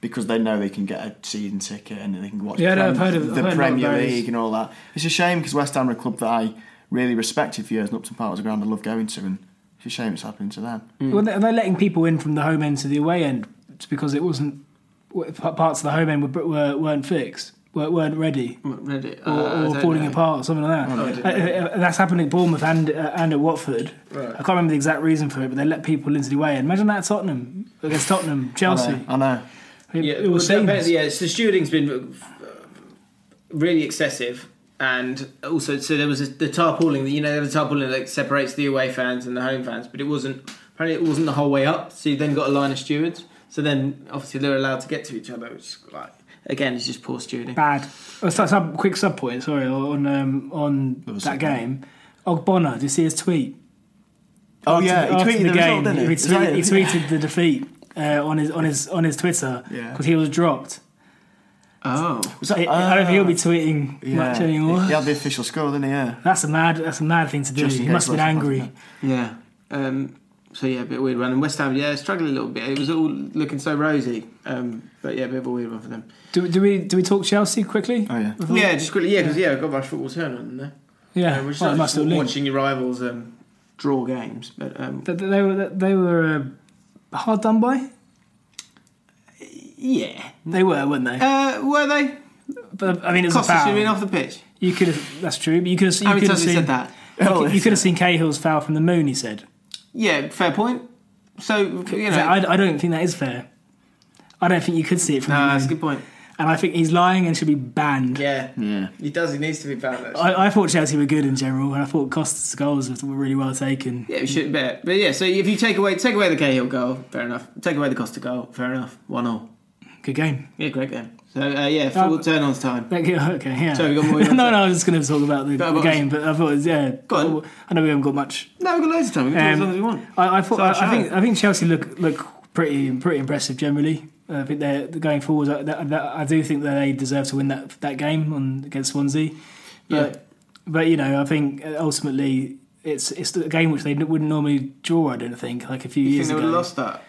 C: because they know they can get a season ticket and they can watch
D: Yeah, no,
C: Prem-
D: I've heard of-
C: the
D: I've heard a lot of
C: Premier
D: those.
C: League and all that. It's a shame because West Ham are a club that I really respected for years, and Upton Park was a ground I loved going to, and it's a shame it's happening to them.
D: Well, they- they're letting people in from the home end to the away end it's because it wasn't w- p- parts of the home end were, were weren't fixed, were- weren't ready,
B: Reddit
C: Ah,
B: uh,
D: or, or falling apart, or something like that.
C: Oh,
D: Uh, uh, uh, that's happened at Bournemouth and uh, and at Watford. I can't remember the exact reason for it, but they let people into the away end. Imagine that at Tottenham against Tottenham, Chelsea.
C: I know.
D: It,
B: Yeah,
D: it was
B: well,
D: seamless.
B: apparently, yeah, so the stewarding's been uh, really excessive, and also so there was a, the tarpaulin. You know, the tarpaulin that separates the away fans and the home fans, but it wasn't. Apparently, it wasn't the whole way up. So you then got a line of stewards. So then, obviously, they're allowed to get to each other. Which, like, again, it's just poor stewarding.
D: bad. Oh, sub, sub, quick sub point, sorry, on um, on
C: was
D: that
C: a-
D: game. Ogbonna, did you see his tweet?
C: Oh
D: After-
C: yeah,
D: after
C: he tweeted the, result, didn't he?
D: he
C: Is that
D: tweeted,
C: it?
D: he tweeted the defeat uh, on his on his on his Twitter
C: Yeah.
D: because he was dropped.
B: Oh,
C: Was that-
D: I- I don't think he'll be
C: Ah,
D: tweeting much anymore.
C: He had the official score, didn't he? Yeah.
D: That's a mad. That's a mad thing to do.
C: Just in
D: He
C: case
D: must have been
C: Leicester
D: angry.
C: fans
B: yeah. Um, so yeah, a bit weird one. And West Ham, yeah, struggling a little bit. It was all looking so rosy, um, but yeah, a bit of a weird one for them.
D: Do, do we do we talk Chelsea quickly?
C: Oh yeah.
B: Yeah, just quickly, yeah, because yeah, I've got my football tournament in there.
D: Yeah,
B: Yeah, we're just
D: well,
B: not
D: it must
B: just
D: have linked.
B: watching your rivals um, draw games, but um,
D: They, they were they were uh, hard done by.
B: yeah,
D: They were, weren't they?
B: uh, were they?
D: But I mean, it's a
B: Costa should
D: foul.
B: have been off the pitch.
D: You could have. That's true. But you could have. You
B: How many
D: could have
B: times have
D: seen
B: we said that?
D: You,
C: Oh,
D: could, you could have seen Cahill's foul from the moon. He said.
B: Yeah, fair point. So you know,
D: So I, I don't think that is fair. I don't think you could see it from
B: no,
D: the
B: that's a
D: moon.
B: good point.
D: And I think he's lying and should be banned.
B: Yeah, yeah, he does. He needs to be found. actually.
D: I, I thought Chelsea were good in general, and I thought Costa's goals were really well taken.
B: Yeah, we shouldn't bet. But yeah, so if you take away take away the Cahill goal, fair enough. Take away the Costa goal, fair enough. One all.
D: Good game.
B: Yeah, great game. So uh, yeah, full
D: Uh,
B: turn on time.
D: Thank you. Okay, yeah.
B: Sorry, we got more we got
D: no,
B: to-
D: no, I was just going to talk about the,
B: No,
D: the
B: but-
D: game, but I thought, it was- yeah,
B: Go on.
D: I know we haven't got much
B: No, we've got loads of time. We can do as
D: Um,
B: long as we want.
D: I, I thought.
B: It's our
D: I, I think.
B: show.
D: I think Chelsea look look pretty pretty impressive generally. I think they're they're going forwards. I, that, that, I do think that they deserve to win that that game on against Swansea. But
B: Yeah.
D: but you know I think uh, ultimately it's it's a game which they n- wouldn't normally draw. I don't think like a few
B: You
D: years
B: think they would
D: ago.
B: have lost that?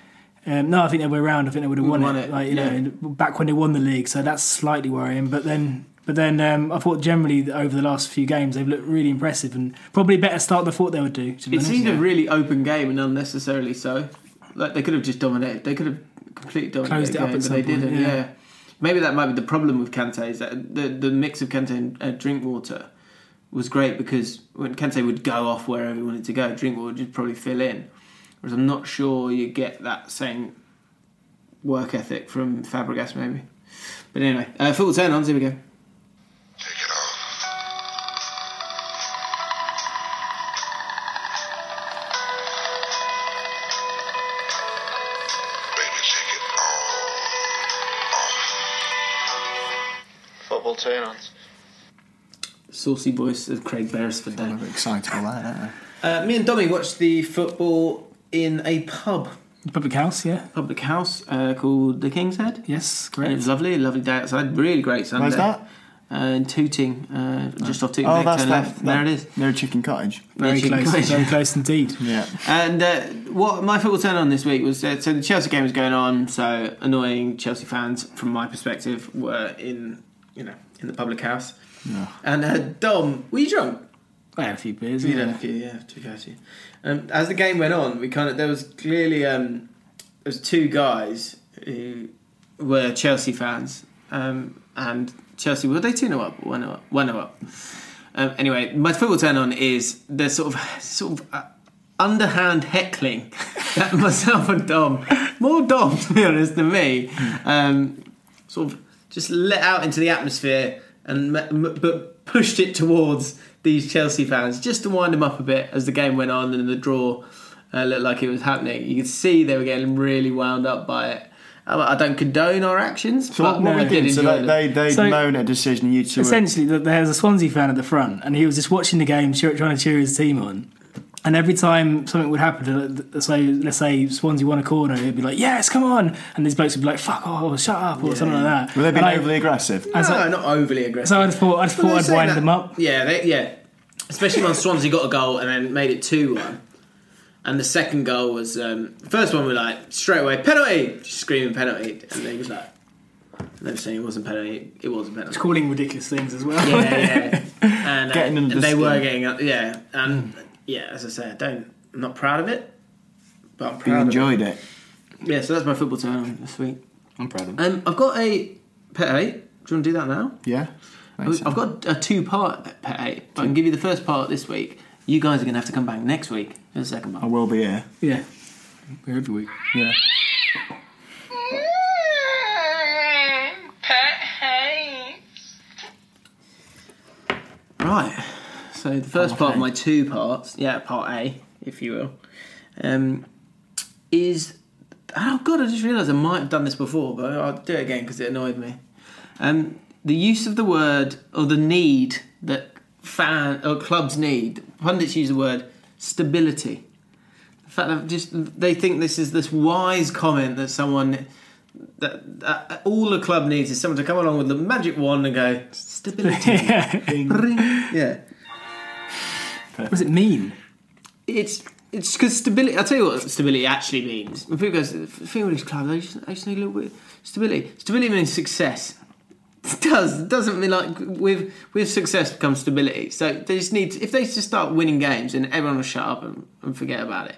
D: Um, no, I think they were around. I think they would have won,
B: Won
D: it.
B: it,
D: Like you
B: yeah.
D: know, back when they won the league. So that's slightly worrying. But then, but then um, I thought generally that over the last few games they've looked really impressive and probably a better start than I thought they would do. To be
B: It
D: honest.
B: seemed a really open game and unnecessarily so. Like they could have just dominated. They could have completely
D: Closed
B: dominated
D: it
B: the
D: up
B: game,
D: at
B: but
D: some
B: they
D: point,
B: didn't.
D: yeah.
B: Yeah. Maybe that might be the problem with Kante is that the the mix of Kante and uh, Drinkwater was great because when Kante would go off wherever he wanted to go, Drinkwater would just probably fill in. Whereas I'm not sure you get that same work ethic from Fabregas maybe. But anyway, uh, full turn ons. Here we go.
A: Take it off. Baby, take it
E: Football turn ons.
B: Saucy voice of Craig Beresford there.
C: They're excitable there, aren't they?
B: Uh, me and Dommy watched the football in a pub.
D: Public house, yeah.
B: public house uh, called the King's Head.
D: Yes,
B: And it
D: correct.
B: was lovely, a lovely day outside, really great Sunday.
C: Where's that?
B: Uh, in Tooting, uh, just off Tooting.
C: Oh,
B: Bay,
C: that's
B: turn
C: that,
B: left.
C: that.
B: There it is.
C: Near a chicken cottage.
D: Very
B: Yeah, chicken
D: close,
B: cottage.
D: very close indeed.
C: Yeah.
B: And uh, what my football turn on this week was uh, so the Chelsea game was going on, so annoying Chelsea fans, from my perspective, were in you know in the public house. And uh, Dom, were you drunk?
D: I had a few beers.
B: You don't have to, yeah, to go to. Um, as the game went on, we kind of there was clearly um, there was two guys who were Chelsea fans, um, and Chelsea were they two 0 up, one 0 up, one 0 up. Um, anyway, my football turn on is the sort of sort of uh, underhand heckling that myself and Dom, more Dom to be honest than me, um, sort of just let out into the atmosphere and m- m- but pushed it towards these Chelsea fans just to wind them up a bit as the game went on and the draw uh, looked like it was happening. You could see they were getting really wound up by it. I I don't condone our actions,
C: So
B: but
C: what, what we
B: we did
C: did? So
B: enjoy them.
C: they, they, they
D: So-
C: moan at a decision and you two were
D: Essentially, th- there's a Swansea fan at the front, and he was just watching the game, cheer- trying to cheer his team on. And every time something would happen, to, so let's say Swansea won a corner, he'd be like, "Yes, come on!" And these blokes would be like, "Fuck oh, shut up!" or something like that.
C: Were they being
D: And I-
C: overly aggressive?
B: no, not overly aggressive.
D: So I just thought, I just
B: Well,
D: thought
B: they're
D: I'd
B: saying
D: wind
B: that-
D: them up.
B: Yeah, they, yeah. Especially when Swansea got a goal and then made it two one, and the second goal was um, first one. We were like straight away penalty, just screaming penalty, and they was like, and they were saying it wasn't penalty, it wasn't penalty.
D: Calling ridiculous things as well.
B: Yeah, yeah. And, uh,
C: Getting under
B: and
C: the
B: they were
C: skin. Hmm.
B: getting up. Yeah, and yeah, as I say, I don't, I'm not proud of it, but I'm
C: You
B: proud. of
C: enjoyed
B: it.
C: it.
B: Yeah, so that's my football turn on this week.
C: I'm proud of
B: Um, I've got a penalty. Do you want to do that now?
C: Yeah. Makes
B: Uh, I've got a two part pet eight. I can give you the first part this week. You guys are going to have to come back next week for the second
C: I
B: part.
C: will be here.
D: yeah. Every week.
C: Yeah.
A: off. Pat
B: Right. So the first part of my two parts, yeah, part A, if you will, um, is. Oh, God, I just realised I might have done this before, but I'll do it again because it annoyed me. Um, the use of the word or the need that fan or clubs need, pundits use the word stability. The fact that just they think this is this wise comment that someone that, that all a club needs is someone to come along with the magic wand and go stability. Ring. yeah,
D: What does it mean?
B: it's. It's because stability. I'll tell you what stability actually means. When people go, "Feel this club," they just, they just need a little bit stability. Stability means success. It does it doesn't mean like with with success comes stability. So they just need if they just start winning games and everyone will shut up and, and forget about it.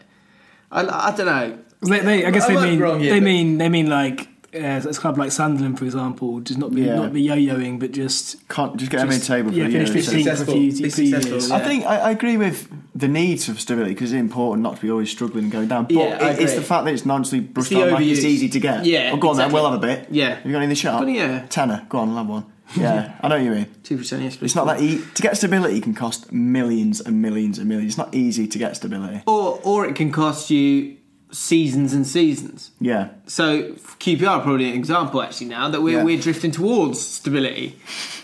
B: I, I don't know.
D: They, they, I guess
B: I
D: they
B: might be
D: mean
B: wrong here,
D: they
B: but-
D: mean they mean like yeah, it's kind of like Sunderland, for example, just not be
C: Yeah.
D: not be yo-yoing, but just
C: Can't just get them in the table for
D: yeah,
C: a
D: finish
C: year or so.
D: 15th for a few,
B: Be
D: few years.
B: successful, Uh,
C: I think I, I agree with the need for stability because it's important not to be always struggling and going down. But
B: Yeah, I
C: it, it's
B: agree.
C: the fact that it's nonstantly brushed
B: the
C: on like
B: overuse.
C: it's easy to get.
B: Yeah,
C: Oh, go on then,
B: exactly.
C: we'll have a bit.
B: Yeah.
C: Have you got any in the shop?
B: But yeah.
C: Tenner, go on, I'll have one. Yeah, I know what you mean.
B: Two percent. Yes,
C: It's not that e- to get stability can cost millions and millions and millions. It's not easy to get stability.
B: Or or it can cost you seasons and seasons.
C: Yeah,
B: So QPR are probably an example actually now that we're
C: Yeah.
B: we're drifting towards stability,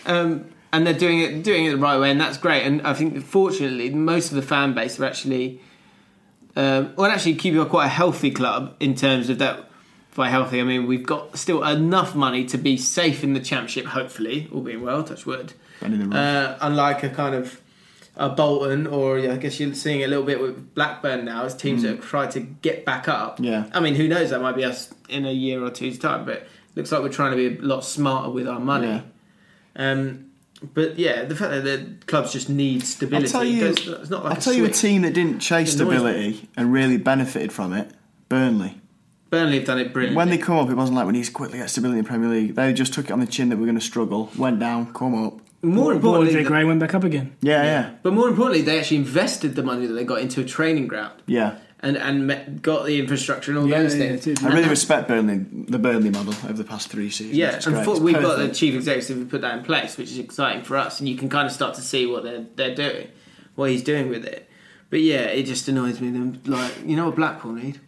B: um, and they're doing it doing it the right way, and that's great. And I think that fortunately most of the fan base are actually, um, well, actually QPR are quite a healthy club in terms of that. By healthy, I mean we've got still enough money to be safe in the championship, hopefully, all being well. Touch wood.
C: Only the rough.
B: Uh, unlike a kind of a Bolton, or yeah, I guess you're seeing it a little bit with Blackburn now as teams that have tried to get back up.
C: Mm. Yeah.
B: I mean, who knows? That might be us in a year or two's time, but looks like we're trying to be a lot smarter with our money. Um, but yeah, the fact that the clubs just need stability.
C: I'll tell you,
B: It's not- it's not like
C: I'll tell you a
B: switch.
C: team that didn't chase
B: It annoys me.
C: stability and really benefited from it. Burnley.
B: Burnley have done it brilliantly.
C: When they come up, it wasn't like we need to quickly get stability in the Premier League. They just took it on the chin that we're going to struggle. Went down, come up.
B: more
D: Well,
B: importantly,
D: Jay Gray went back up again.
C: Yeah, yeah,
B: but more importantly, they actually invested the money that they got into a training ground.
C: yeah.
B: And and met, got the infrastructure and all
D: Yeah,
B: those
D: yeah,
B: things.
D: it did.
C: I really
B: And
C: respect Burnley, the Burnley model over the past three seasons.
B: Yeah,
C: It's
B: and
C: great.
B: for,
C: It's
B: we've got the
C: perfect.
B: chief executive who put that in place, which is exciting for us, and you can kind of start to see what they're they're doing, what he's doing with it. But yeah, it just annoys me. Them like you know what Blackpool need.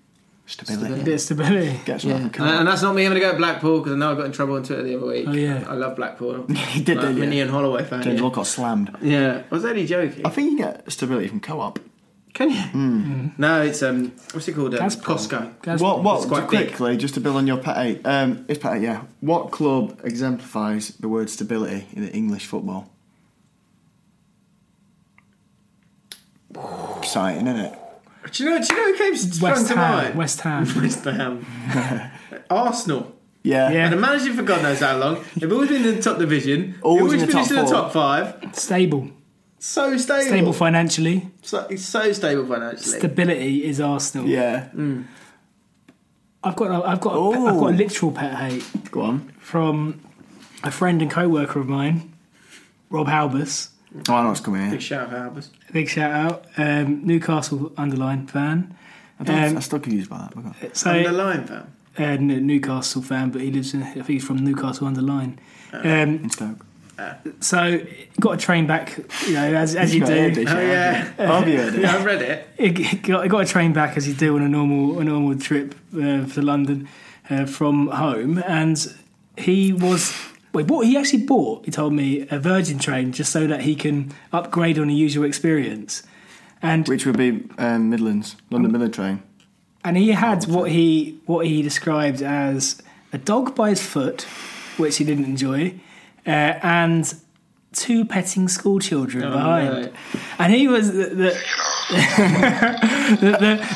C: stability.
D: Bit of stability.
C: Get
B: Yeah,
C: someone
B: and,
C: come
B: and
C: up.
B: that's not me having to go at Blackpool because I know I got in trouble on Twitter the other week.
D: Oh, yeah.
B: I love Blackpool.
C: He did,
B: like,
C: didn't you?
B: Minnie and Holloway fan.
C: James
B: yeah.
C: Walcott slammed.
B: yeah, I was only joking.
C: I think you get stability from co-op.
B: Can you? No, it's um, what's it called? Um,
D: Gazprom.
B: Costco.
D: Gazprom.
C: What? What?
B: It's quite big.
C: quickly, just to build on your pet eight. Um, it's pet eight, yeah. What club exemplifies the word stability in English football? Exciting, isn't it?
B: Do you know? Do you know who came to
D: West
B: to
D: Ham.
B: mind?
D: West Ham.
B: West Ham. Arsenal.
C: Yeah.
D: Yeah.
B: And they're managing for God knows how long. They've always been in the top division.
C: Always
B: Always,
C: in
B: always
C: the
B: finished
C: top
B: in the
C: four.
B: top five.
D: Stable.
B: So stable.
D: Stable financially.
B: so, it's so stable financially.
D: Stability is Arsenal.
C: Yeah.
D: Mm. I've got. A, I've got. A, I've got a
C: Ooh.
D: literal pet hate
C: Go on.
D: from a friend and co-worker of mine, Rob Halbus.
C: Oh, I know what's coming here.
B: Big shout out, Albus.
D: Big shout out, um, Newcastle underline fan.
C: I, don't,
D: Um,
C: I still confused by that. but go on.
D: So
B: And the Lion fan.
D: uh, n- Newcastle fan, but he lives in. I think he's from Newcastle underline. Um,
C: In Stoke.
D: so got a train back, you know, as, as you
C: Got it,
D: do. Oh,
C: did you?
B: yeah.
C: Have you heard it?
B: Yeah, I read it.
D: It got, it got a train back as you do on a normal a normal trip uh, to London uh, from home, and he was. Wait, what he actually bought? He told me a Virgin train just so that he can upgrade on a usual experience, and
C: Which would be um, Midlands, London Midland train.
D: and he had what he what he described as a dog by his foot, which he didn't enjoy, uh, and two petting school
C: Oh,
D: children behind.
B: no.
D: And he was the. the the,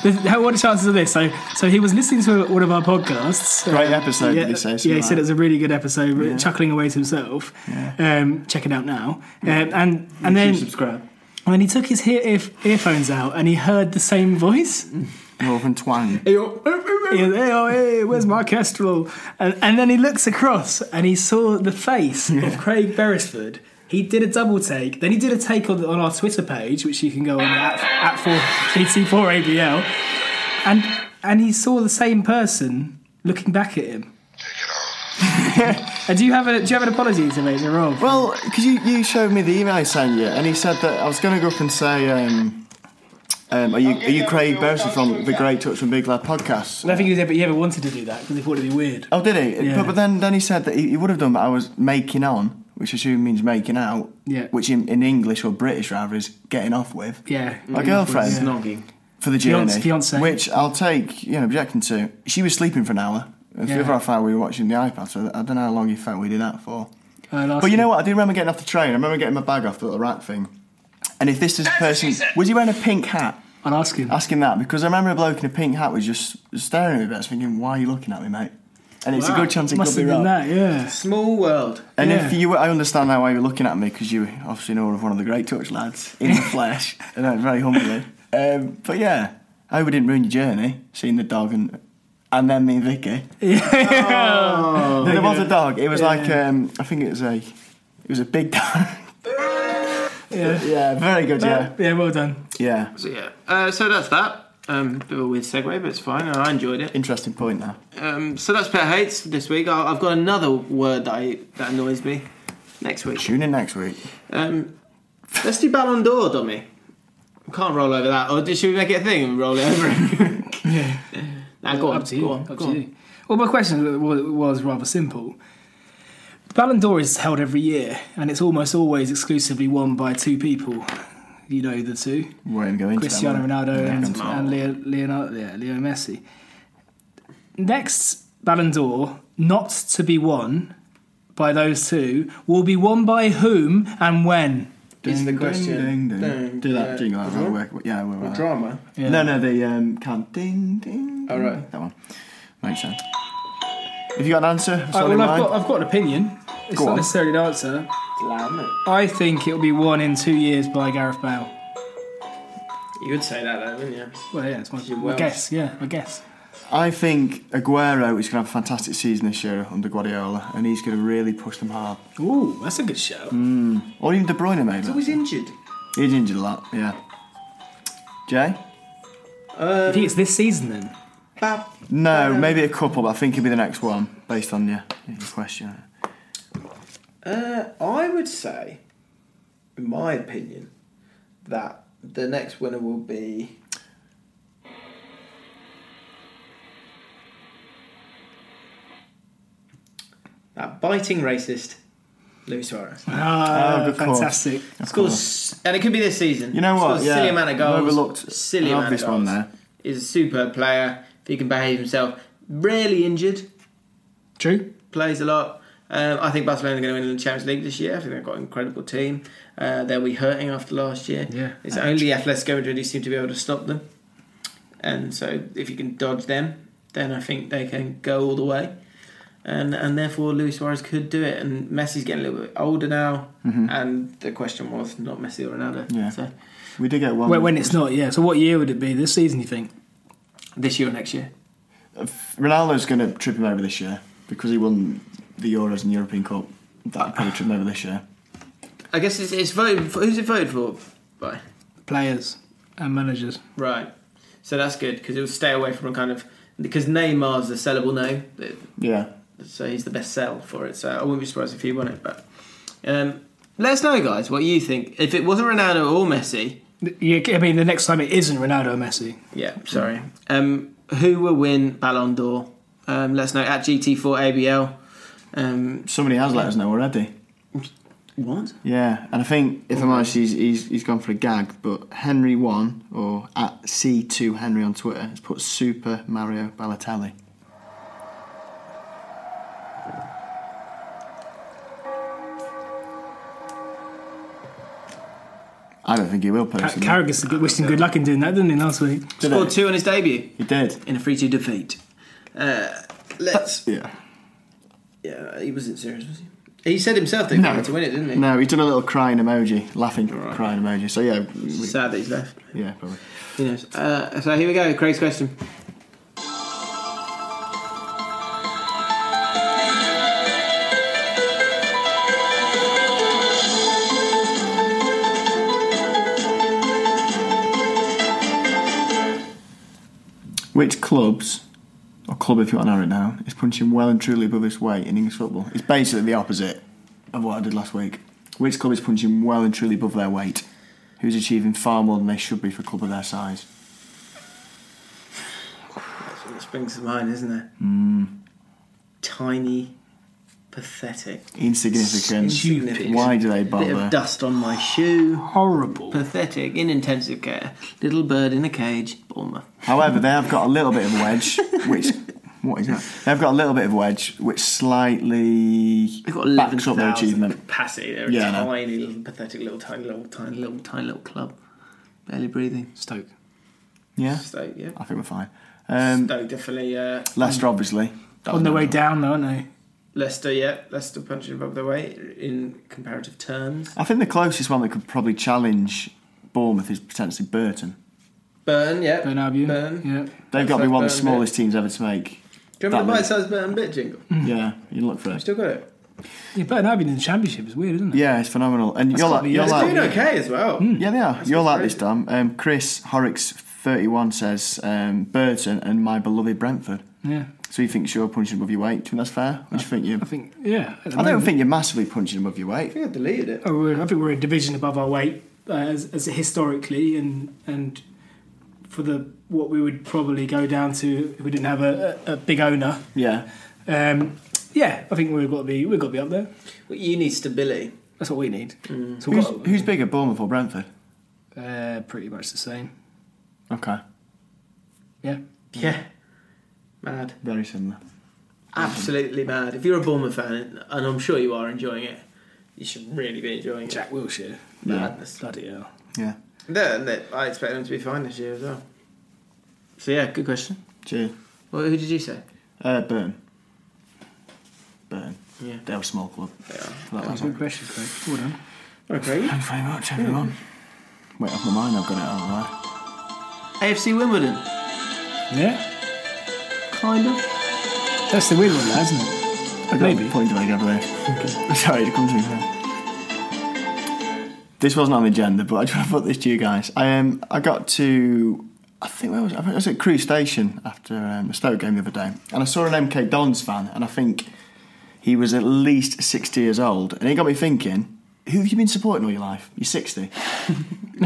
D: the, the, how- what are the chances of this? So, so he was listening to one of our podcasts.
C: Great episode, did he say?
D: yeah,
C: something
D: he
C: like
D: said it
C: that?
D: was a really good episode, chuckling away to himself. Um, check it out now. Um, and and then,
B: subscribe.
D: and then he took his ear, ear, earphones out and he heard the same voice.
C: Northern twang.
B: Hey, yo.
D: He goes, hey, oh, hey, where's my kestrel? And, and then he looks across and he saw the face of Craig Beresford. He did a double take. Then he did a take on, on our Twitter page, which you can go on at, at 4GT4ABL. And, and he saw the same person looking back at him. and do you have a do you have an apology to make, Rob?
C: Well, because you, you showed me the email I sent you, and he said that I was going to go up and say, um, um, are you are you Craig Burson from the Great Touch from Big Lad podcast?
D: I don't think he ever, he ever wanted to do that because he thought it'd be weird.
C: Oh, did he?
D: Yeah.
C: But, but then then he said that he, he would have done, but I was making on, which I assume means making out,
D: Yeah.
C: which in, in English or British rather is getting off with.
D: Yeah.
C: My girlfriend
B: Snogging.
C: for the
D: Fiance-
C: journey,
D: fiance.
C: which I'll take, you know, objection to. She was sleeping for an hour. And
D: Yeah.
C: The other half hour we were watching the iPad, so I don't know how long you felt we did that for.
D: Uh, last
C: But you know what? I do remember getting off the train. I remember getting my bag off the little rack thing. And if this is a person, was he wearing a pink hat?
D: I'll ask him.
C: Asking that because I remember a bloke in a pink hat was just staring at me, but I was thinking, "Why are you looking at me, mate?" And it's
B: Wow.
C: a good chance it
D: Must
C: could
D: have
C: be
D: been
C: wrong.
D: that, yeah.
B: Small world.
C: And
D: yeah.
C: if you, were- I understand now why you're looking at me because you obviously know of one of the great touch lads in the flesh, and I'm very humbly. Um, but yeah, I hope we didn't ruin your journey seeing the dog and and then me and Vicky.
B: Oh.
C: there was a dog. It was like um, I think it was a it was a big dog.
D: Yeah.
C: yeah, very good. Yeah,
D: Yeah, well done.
C: yeah.
B: So yeah, uh, so that's that. Um, bit of a weird segue, but it's fine. and I enjoyed it.
C: Interesting point there.
B: Um, so that's pet hates this week. I, I've got another word that I, that annoys me. Next week,
C: Tune in next week.
B: um, let's do Ballon d'Or, Dommy. We can't roll over that, or should we make it a thing and roll it over?
D: Yeah.
B: nah, go on,
D: Up to you.
B: go on,
D: Up
B: go
D: to
B: on.
D: you. Well, my question was, was rather simple. Ballon d'Or is held every year, and it's almost always exclusively won by two people. You know the two,
C: We're going to go into
D: Cristiano
C: that,
D: Ronaldo
C: Yeah,
D: and,
C: come on.
D: and Leo, Leonardo, yeah, Leo Messi. Next Ballon d'Or, not to be won by those two, will be won by whom and when?
B: Is the
C: Ding,
B: question-
C: ding, ding, ding.
B: Ding,
C: Do that
B: yeah.
C: jingle. That will
B: Drum?
C: work. Yeah, uh, we're right.
B: Drama.
D: Yeah. Oh,
C: No, no, the um, count. Ding, ding.
B: All
C: ding.
B: right.
C: That one. Makes sense. Have you got an answer? It's
D: Right,
C: all in
D: Uh, well, I've
C: mine.
D: got, I've got an opinion. It's
C: Go
D: not
C: on.
D: necessarily an answer.
B: Glam.
D: I think it'll be won in two years by Gareth Bale.
B: You would say that, though, wouldn't you?
D: Well, yeah, it's my,
B: You're
D: my
B: Welsh.
D: guess. Yeah, my guess.
C: I think Aguero is going to have a fantastic season this year under Guardiola, and he's going to really push them hard.
D: Ooh, that's a good show.
C: Or even De Bruyne, maybe.
B: He's always injured.
C: He's injured a lot, yeah. Jay?
D: I think it's this season then.
B: Bab.
D: Uh,
C: No, maybe a couple, but I think he'll be the next one, based on your, your question.
B: Uh, I would say, in my opinion, that the next winner will be. That biting racist, Luis Suarez.
D: Ah,
C: Oh, good call.
D: fantastic.
B: Scores, and it could be this season.
C: You know what?
B: Scores
C: Yeah,
B: silly amount of
C: I've
B: goals.
C: overlooked
B: silly
C: an
B: amount
C: obvious
B: of
C: one
B: goals.
C: there.
B: He's a superb player. If he can behave himself, rarely injured
D: True.
B: plays a lot. Um, I think Barcelona are going to win the Champions League this year. I think they've got an incredible team. Uh, they'll be hurting after last year.
D: Yeah.
B: It's only Atletico Madrid who seem to be able to stop them. And so if you can dodge them, then I think they can go all the way. And and therefore Luis Suarez could do it. And Messi's getting a little bit older now. And the question was not Messi or Ronaldo.
C: Yeah.
B: So
C: We did get one.
D: Well, when it's not, yeah. So what year would it be? This season, you think?
B: this year or next year.
C: Ronaldo's going to trip him over this year because he won the Euros and European Cup. That'll probably trip him over this year.
B: I guess it's, it's voted for, who's it voted for by?
D: Players and managers.
B: Right. So that's good because it'll stay away from a kind of because Neymar's the sellable name,
C: Yeah.
B: so he's the best sell for it. So I wouldn't be surprised if he won it. But um, let us know, guys, what you think. If it wasn't Ronaldo or Messi,
D: Yeah, I mean, the next time it isn't Ronaldo or Messi.
B: yeah, sorry, um, who will win Ballon d'Or? Um, let us know at GT4ABL. Um,
C: Somebody has let us know already.
B: what?
C: Yeah, and I think if I'm honest, he's, he's he's gone for a gag. But Henry one or at C two Henry on Twitter has put Super Mario Balotelli. I don't think he will personally.
D: Carragher's wished him good luck in doing that, didn't he, last week?
C: Did
B: Scored
C: it?
B: two on his debut
C: He did.
B: in a 3 2 defeat. Uh, let's.
C: Yeah.
B: Yeah, he wasn't serious, was he? He said himself that he
C: No.
B: wanted to win it, didn't he?
C: No, he's done a little crying emoji, laughing crying emoji. So yeah, we,
B: Sad that he's left.
C: yeah, probably.
B: Who knows? Uh, so here we go, Craig's question.
C: Which clubs, or club if you want to narrow it down, is punching well and truly above its weight in English football? It's basically the opposite of what I did last week. Which club is punching well and truly above their weight? Who's achieving far more than they should be for a club of their size?
B: That's what springs to mind, isn't it?
C: Hmm.
B: Tiny, pathetic,
C: Insignificant.
B: Stupid.
C: Why do they
B: bit of
C: bother?
B: dust on my shoe,
D: Horrible.
B: pathetic, in intensive care, little bird in a cage, Bournemouth.
C: However, they have got a little bit of wedge, which. What is that? They've got a little bit of wedge, which slightly
B: They've got
C: backs up their
B: 11,000
C: achievement.
B: capacity. They're
C: Yeah, I
B: a
C: know.
B: tiny, little, pathetic, little, tiny, little, tiny, little, tiny, little club. Barely breathing.
D: Stoke.
C: Yeah,
B: Stoke, yeah.
C: I think we're fine. Um,
B: Stoke definitely. Uh,
C: Leicester, obviously. That was
D: On their way
C: mental.
D: down, though, aren't they?
B: Leicester, yeah. Leicester punching above their weight in comparative terms.
C: I think the closest one that could probably challenge Bournemouth is potentially Burton.
B: Burn, yeah.
D: Burn Albion.
B: Burn.
D: Yeah.
C: They've got
B: like
C: to be one
B: Burn
C: of the
B: a bit.
C: smallest teams ever to make.
B: Do you remember
C: That
B: the bite-sized burn bit jingle?
D: Mm.
C: Yeah, you look for it.
B: Still got it.
D: Yeah, Burton Albion in the championship is weird, isn't it?
C: Yeah, it's phenomenal. And you're like,
D: gotta be-
C: you're
D: that's
B: They're
C: like,
B: doing okay as well.
D: Mm.
C: yeah, they are. You're like this, Dom. Um, Chris Horrocks, thirty-one, says um, Burton and my beloved Brentford.
D: Yeah.
C: So you think you're punching above your weight? Do you think that's fair? What do you think you?
D: I think. Yeah. at the
C: I don't
D: moment.
C: think you're massively punching above your
B: I
C: weight.
B: think I deleted it.
D: Oh, we're, I think we're a division above our weight uh, as, as historically, and and for the what we would probably go down to if we didn't have a, a, a big owner.
C: Yeah.
D: Um, yeah, I think we've got to be we've got to be up there.
B: Well, you need stability.
D: That's what we need. So we've
C: Who's,
D: got,
C: who's bigger, Bournemouth or Brentford?
D: uh, pretty much the same.
C: Okay.
D: Yeah.
B: Yeah. Mad.
C: Very similar.
B: Absolutely mad. If you're a Bournemouth fan, and I'm sure you are enjoying it, you should really be enjoying it.
D: Jack Wilshire.
B: Madness.
D: Bloody hell.
C: Yeah.
B: They're- they're- I expect them to be fine this year as well. So yeah, good question.
C: Cheers.
B: Well, who did you say?
C: Uh, Burn. Burn.
B: Yeah.
C: They're a small club. They are. That was
D: Good question, Craig. Well done.
B: Okay.
C: Thanks very much, everyone. Wait, off my mind, I've got it all right.
B: AFC Wimbledon,
D: Yeah.
B: kind of.
D: That's the weird one, now, isn't it?
C: I got
D: Maybe.
C: a point to make over there. Sorry, it comes to me now. This wasn't on the agenda, but I just want to put this to you guys. I um, I got to, I think where was I? I was at Crew Station after um, the Stoke game the other day, and I saw an MK Dons fan, and I think he was at least sixty years old, and it got me thinking: Who have you been supporting all your life? You're sixty. Do you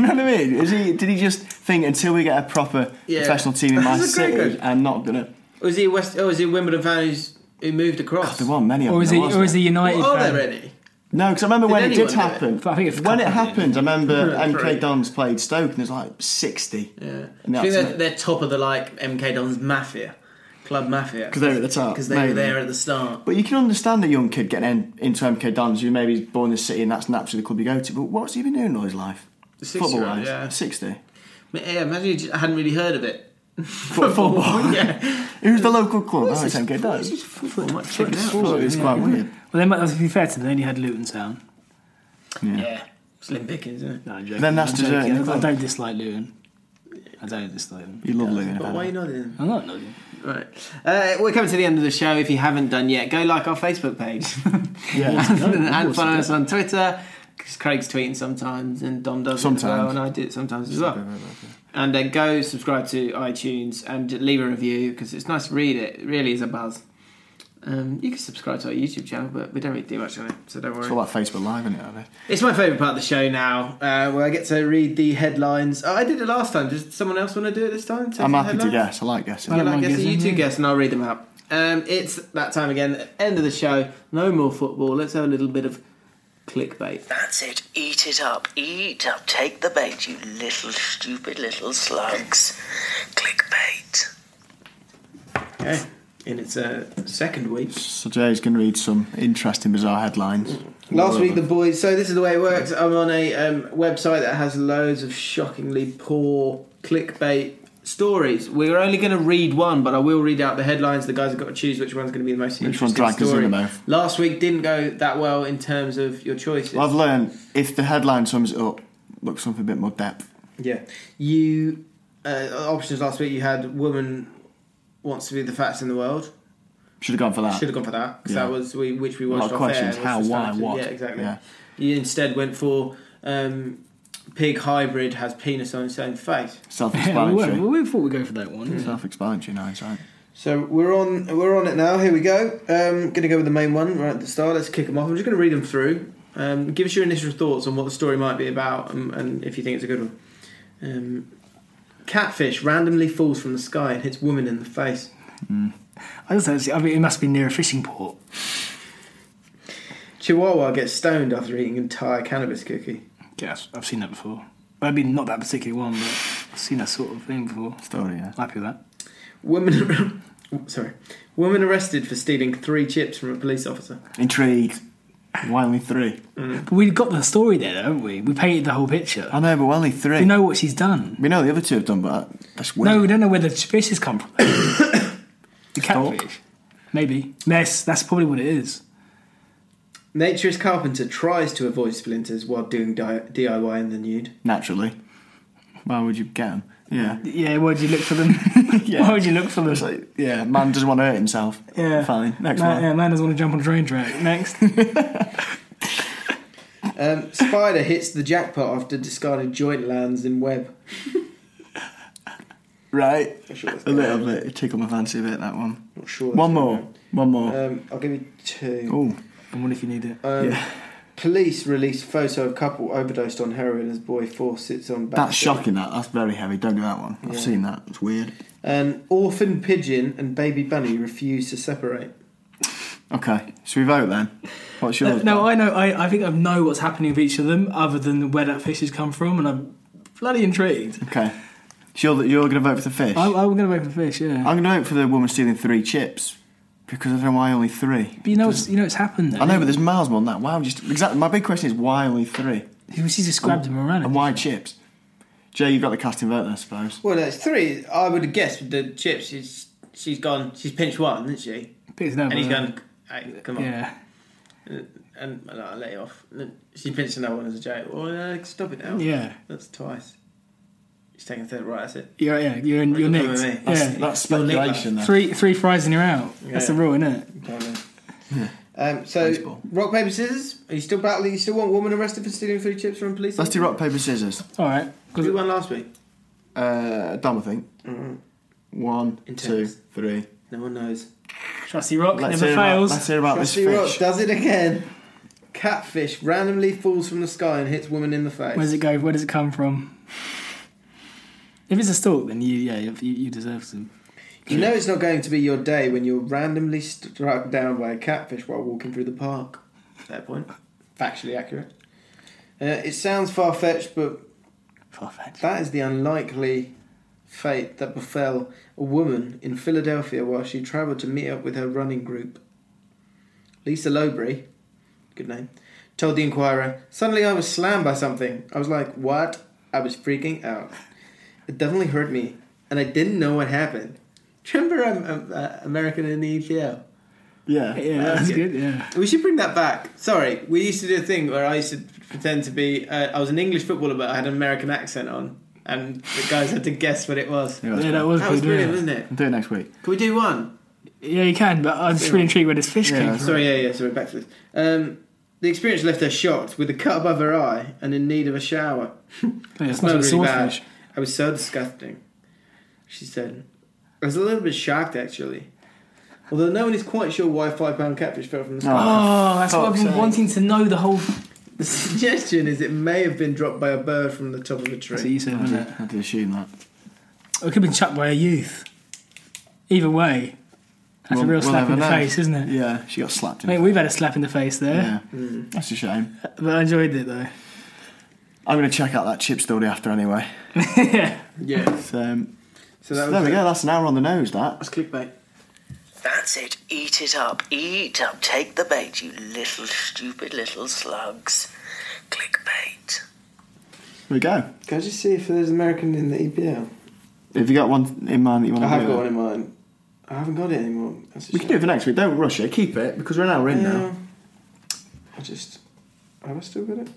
C: know what I mean? Is he, did he just think until we get a proper
B: Yeah.
C: professional team in my
B: That's a great
C: city,
B: question.
C: I'm not gonna?
B: Was he a West? Oh, was he a Wimbledon fan who's, who moved across?
C: There weren't many of them.
D: Or is
C: though,
D: he
C: was
D: or is
C: there?
D: he United?
B: Well, are
D: fan?
B: there any?
C: No, because I remember
B: Did
C: when it
B: anyone
C: did
B: do it?
C: happen.
D: I think it's a
C: when it
D: couple,
C: happened, I remember
B: Yeah, three.
C: MK Dons played Stoke and there's like 60.
B: Yeah.
C: And
B: I think
C: that's
B: they're,
C: it.
B: they're top of the like MK Dons mafia, club mafia.
C: 'Cause they were at the top,
B: Because they were
C: maybe.
B: there at the start.
C: But you can understand a young kid getting in, into MK Dons who maybe is born in the city and that's naturally the club you go to. But what's he been doing all his life?
B: 60
C: Football
B: round,
C: wise?
B: yeah.
C: 60.
B: Ma- Yeah, imagine you just, I hadn't really heard of it.
C: Football?
B: yeah.
C: Who's the local club? Oh, it's MK
B: What is
C: Dons.
B: this football? I might check it
C: I
B: out.
C: thought it was quite weird.
D: Well, they might, to be fair to them, they only had Luton Town.
B: Yeah. Slim pickings, isn't it?
D: No, I'm joking.
C: Then that's
D: I'm
C: deserting
D: joking.
C: the
D: I
C: club.
D: don't dislike Luton. I don't dislike them.
C: You love Luton.
B: But
C: about
B: why are you
C: it.
B: not in?
D: I'm not Luton.
B: Right. Uh, we're coming to the end of the show. If you haven't done yet, go like our Facebook page.
C: Yeah.
B: and and follow us on Twitter. 'cause Craig's tweeting sometimes, and Dom does it as well,
C: Sometimes.
B: and I do it sometimes as well. And then go subscribe to iTunes and leave a review because it's nice to read it. It really is a buzz. Um, you can subscribe to our YouTube channel, but we don't really do much on it, so don't worry.
C: It's all like Facebook Live, isn't it? I think?
B: It's my favourite part of the show now, uh, where I get to read the headlines. Oh, I did it last time. Does someone else want to do it this time? Take
C: I'm
B: the
C: happy to
B: headlines?
C: guess. I like guessing.
B: You
D: don't
B: like
D: mind
B: guessing? You
D: guessing,
B: two guess, and I'll read them out. Um, it's that time again. End of the show. No more football. Let's have a little bit of clickbait.
A: That's it. Eat it up. Eat up. Take the bait, you little stupid little slugs. Clickbait.
B: Okay. In its uh, second week.
C: So Jay's going to read some interesting, bizarre headlines.
B: Last week, Mm. the boys. So this is the way it works. I'm on a um, website that has loads of shockingly poor clickbait stories. We're only going to read one, but I will read out the headlines. The guys have got to choose which one's going to be the most
C: Which one
B: interesting
C: dragged us in
B: story.
C: the mouth?
B: Last week didn't go that well in terms of your choices.
C: Well, I've learned if the headline sums it up, look for something a bit more depth.
B: Yeah. You uh, options last week. You had woman wants to be the fattest in the world.
C: Should have gone for that.
B: Should have gone for that because
C: Yeah.
B: that was we, which we
C: lot
B: watched
C: of
B: off
C: questions,
B: air.
C: how,
B: was the
C: why,
B: standard.
C: what.
B: Yeah, exactly.
C: Yeah.
B: You instead went for um, pig hybrid has penis on its own face.
D: Yeah, we,
C: Self-explanatory.
D: were, we thought we'd go for that one.
C: Self-explanatory, no, it's right.
B: So we're on we're on it now. Here we go. Um, going to go with the main one right at the start. Let's kick them off. I'm just going to read them through. Um, give us your initial thoughts on what the story might be about, and, and if you think it's a good one. Um, catfish randomly falls from the sky and hits woman in the face.
D: I just don't see. I mean, it must be near a fishing port.
B: Chihuahua gets stoned after eating entire cannabis cookie.
D: Yes, I've seen that before. I mean, not that particular one, but I've seen that sort of thing before.
C: Story, yeah.
D: Happy with that.
B: Woman, sorry, woman arrested for stealing three chips from a police officer.
C: Intrigued. Why only three?
D: But we've got the story there, though, haven't we? We painted the whole picture.
C: I know, but why only three?
D: We know what she's done.
C: we know the other two have done, but that's weird.
D: No, we don't know where the fish has come from. the
C: Stalk.
D: catfish. Maybe. Mess. That's probably what it is.
B: Naturist carpenter tries to avoid splinters while doing di- DIY in the nude.
C: Naturally. Why would you get them? Yeah.
D: Yeah, where'd you look for them?
C: Yeah.
D: Why would you look for them?
C: It's like, yeah, man doesn't want to hurt himself.
D: yeah.
C: Fine. Next
D: man,
C: one.
D: Yeah, man doesn't want to jump on a train track. Next.
B: Um, spider hits the jackpot after discarded joint lands in web.
C: Right.
B: sure that's
C: a little bit. It tickled my fancy a bit, that one.
B: Not sure. that's
C: One
B: what
C: more. One
B: I
C: more.
B: meant. Um, I'll give you two.
C: Oh,
D: I wonder if you need it.
B: Um,
C: yeah.
B: Police release photo of couple overdosed on heroin as boy four sits on back.
C: That's shocking, that. That's very heavy. Don't do that one. I've
B: Yeah.
C: seen that. It's weird.
B: An orphan pigeon and baby bunny refuse to separate.
C: Okay. Should we vote then? What's
D: No,
C: yours?
D: no,
C: Dan?
D: I know. I, I think I know what's happening with each of them, other than where that fish has come from, and I'm bloody intrigued.
C: Okay. Sure that you're going to vote for the fish?
D: I, I'm going to vote for fish. Yeah,
C: I'm going to vote for the woman stealing three chips because I don't know why only three.
D: but you know, it's, you know, it's happened. Though.
C: I know, but there's miles more than that. Why would you? Exactly. My big question is why only three?
D: He- she just grabbed him around.
C: And why chips? Jay, you got the casting vote, then, I suppose.
B: Well, that's three. I would have guessed with the chips. She's she's gone. She's pinched one, isn't she?
D: Picked it up,
B: and he's
D: uh,
B: gone. Hey, come on.
D: Yeah,
B: And and I let you off. And then she pinched another one as a joke. Well, uh, stop it now.
D: yeah,
B: That's twice. She's taking third. Right, that's it.
D: you're yeah, you're in, you're
B: Come
D: nicked.
B: with me.
D: Yeah,
C: That's
B: You'll nick that.
C: speculation, then.
D: three three fries and you're out. That's the
B: Yeah.
D: rule, isn't it?
B: Okay, then. Um, so,
C: Baseball.
B: rock paper scissors. Are you still battling? You still want woman arrested for stealing three chips from police?
C: Let's do rock, paper, scissors.
D: All right.
B: We won last week.
C: Uh, Dom, I think. One, two,
B: Mm-hmm. Intense.
C: three.
B: No one knows.
D: Trusty Rock
C: Let's
D: never
C: hear about-
D: fails.
C: let's hear about
B: Trusty
C: this
B: Rock
C: fish.
B: does it again. Catfish randomly falls from the sky and hits woman in the face.
D: Where does it go? Where does it come from? If it's a stalk, then you yeah you, you deserve some.
B: You know it's not going to be your day when you're randomly struck down by a catfish while walking through the park. Fair point. Factually accurate. Uh, it sounds far fetched, but
D: Farfetch.
B: that is the unlikely fate that befell a woman in Philadelphia while she travelled to meet up with her running group. Lisa Lowbury, good name, told the Inquirer, Suddenly I was slammed by something. I was like, What? I was freaking out. It definitely hurt me, and I didn't know what happened. Do you remember um, um, uh, American in the EPL?
C: Yeah.
D: Yeah, that's good. Yeah.
B: We should bring that back. Sorry, we used to do a thing where I used to pretend to be. Uh, I was an English footballer, but I had an American accent on, and the guys had to guess what it was.
C: Yeah, that's
D: Yeah,
C: fine.
D: that was,
B: That was
D: good, yeah.
B: brilliant, wasn't it?
C: I'll do it next week.
B: Can we do one?
D: Yeah, you can, but I'm just really intrigued where this fish
C: Yeah,
D: came from.
B: Sorry, yeah, yeah. Sorry, back to this. Um, the experience left her shocked, with a cut above her eye, and in need of a shower.
D: Yeah, it's
B: It
D: not a
B: smelled
D: swordfish.
B: bad. I was so disgusting. She said, I was a little bit shocked actually. Although no one is quite sure why five pound catfish fell from the sky.
D: Oh, that's what I've been
C: Fuck's sake.
D: wanting to know the whole.
B: The suggestion is it may have been dropped by a bird from the top of a
D: That's
B: tree.
D: what you said, wasn't it?
C: I did assume that.
D: Or It could have been chucked by a youth. Either way, that's
C: We'll-
D: a real
C: we'll
D: slap in the
C: never know.
D: face, isn't it?
C: Yeah, she got slapped
D: I
C: in the
D: mean, we've had a slap in the face there,
C: Yeah,
B: Mm.
C: that's a shame.
D: but I enjoyed it though.
C: I'm going to check out that chip story after anyway.
B: Yeah.
C: So, um,
B: So that
C: so
B: was
C: there we
B: it.
C: go. That's an hour on the nose. That
B: That's clickbait.
A: That's it. Eat it up. Eat up. Take the bait, you little stupid little slugs. Clickbait.
C: there we go.
B: Can I just see if there's American in the EPL?
C: Have you got one in mind that you want
B: I
C: to
B: have
C: do?
B: got one in mind. I haven't got it anymore. That's a shame.
C: We can do it for next week. Don't rush it. Keep it because we're an hour in now.
B: Yeah. I just have I still got it?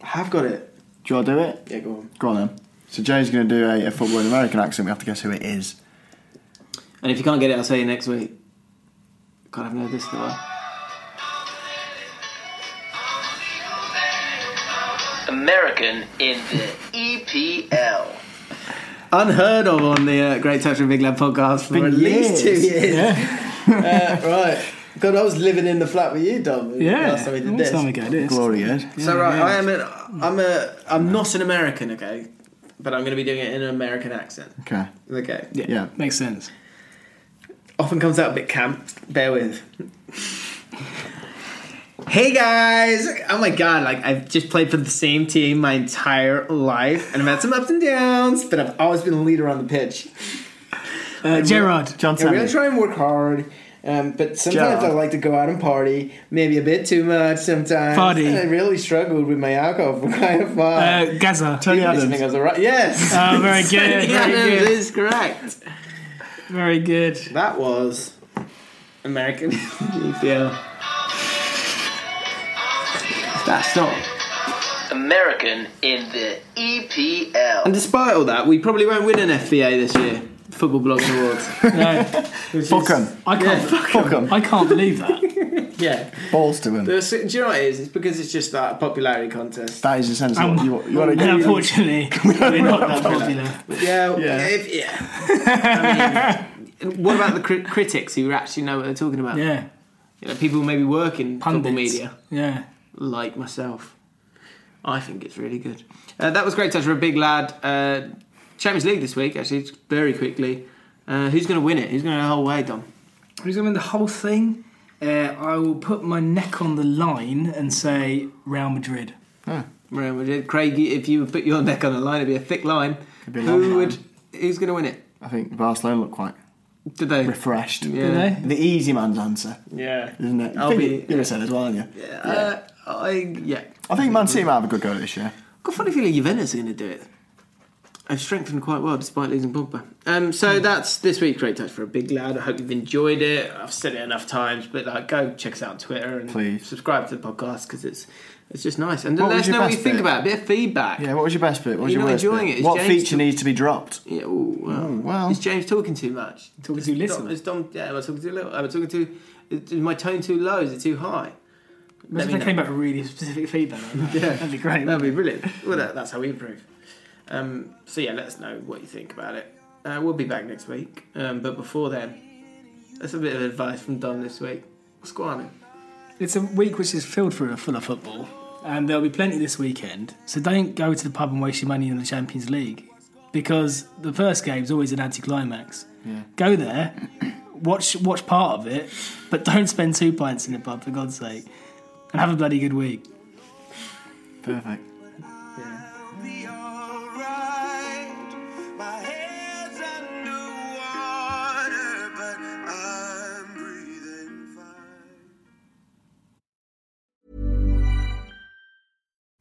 B: I have got it.
C: Do you want to do it?
B: Yeah, go on.
C: Go on then. So Jay's going to do a, a football in American accent. We have to guess who it is.
B: And if you can't get it, I'll tell you next week. God, I've known this for a while. American in the E EPL. Unheard of on the uh, Great Touch with Big Lad podcast for at least two years. uh, right. God, I was living in the flat with you, Dom.
D: Yeah,
B: Last time we
D: long
B: did this.
D: time ago. This.
C: Glory Ed.
B: So right, I am an, I'm a I'm not an American, okay, but I'm going to be doing it in an American accent,
C: Okay.
B: okay.
C: Yeah.
D: Makes sense.
B: Often comes out a bit camp. Bear with. hey guys! Oh my god! Like I've just played for the same team my entire life, and I've had some ups and downs, but I've always been the leader on the pitch.
D: Uh, Gerard.
C: John
B: I'm going
C: Tammy.
B: to try and work hard. Um, but sometimes
C: Gerard.
B: I like to go out and party, maybe a bit too much sometimes.
D: Party.
B: And I really struggled with my alcohol for quite a while.
D: Uh, Gaza.
C: Tony
B: I think
C: Adams.
B: I was right. Yes.
D: Oh, very good.
B: Yeah,
D: Very
B: that
D: good.
B: is correct.
D: Very good.
B: That was American EPL. That's not.
E: American in the E EPL.
B: And despite all that, we probably won't win an FBA this year. Football blogging awards.
D: no,
C: Fuck 'em.
D: I can't.
C: Fuck 'em.
D: I can't believe that.
B: yeah.
C: Balls to him.
B: There's, do you know what it is? It's because it's just that popularity contest.
C: That is essentially
D: Um,
C: what you, you want to
D: and
C: get.
D: unfortunately, we're not that popular.
B: Yeah.
C: Yeah.
B: If, yeah. I mean, what about the cri- critics who actually know what they're talking about?
D: Yeah,
B: You know, people maybe work in
D: pundits.
B: football media.
D: Yeah,
B: like myself. I think it's really good. Uh, that was great touch for a big lad. Uh, Champions League this week, actually, very quickly. Uh, who's going to win it? Who's going to go the whole way, Dom?
D: who's going to win the whole thing? Uh, I will put my neck on the line and say Real Madrid.
B: Real Madrid. Craig, you- if you put your neck on the line, it'd be a thick line.
C: be a long
B: Who
C: line.
B: would? Who's going to win it?
C: I think Barcelona look quite
B: Did they?
C: refreshed.
B: Yeah.
C: The easy man's answer,
B: Yeah.
C: isn't it?
B: I'll
C: I think
B: be-
C: you- You're a said as well, aren't you?
B: Uh, I yeah.
C: I think Man City might have a good go this year.
B: I've got a funny feeling Juventus are going to do it. I've strengthened quite well despite losing Pogba. Um,
C: Hmm.
B: so that's this week. Great touch for a big lad. I hope you've enjoyed it. I've said it enough times, but like, go check us out on Twitter and
C: Please.
B: subscribe to the podcast because it's it's just nice. And
C: What
B: let
C: was
B: us
C: your
B: know what you
C: best
B: think
C: bit?
B: about it. A bit of feedback.
C: Yeah, what was your best bit? What was
B: You're
C: your
B: not
C: worst
B: enjoying
C: bit?
B: it. It's
C: What
B: James
C: feature
B: to-
C: needs to be dropped?
B: Yeah, ooh, well,
C: Ooh, Mm, well.
B: Is James talking too much?
D: Talking
B: Is
D: too little?
B: Dom- Is Dom? Yeah, am I talking too little? Am I talking too? Is my tone too low? Is it too high? Let
D: Imagine
B: me
D: if
B: know.
D: they came back with really specific feedback. Like that.
B: Yeah.
D: that'd be great.
B: That'd be brilliant. Well, that, that's how we improve. Um, so yeah, let us know what you think about it. Uh, we'll be back next week, um, but before then, that's a bit of advice from Don this week. Squanning.
D: It's a week which is filled for full of football, and there'll be plenty this weekend. So don't go to the pub and waste your money on the Champions League, because the first game's always an anticlimax. Go there, watch watch part of it, but don't spend two pints in the pub for God's sake, and have a bloody good week.
C: Perfect.
A: be alright. My head's underwater, but I'm breathing fine.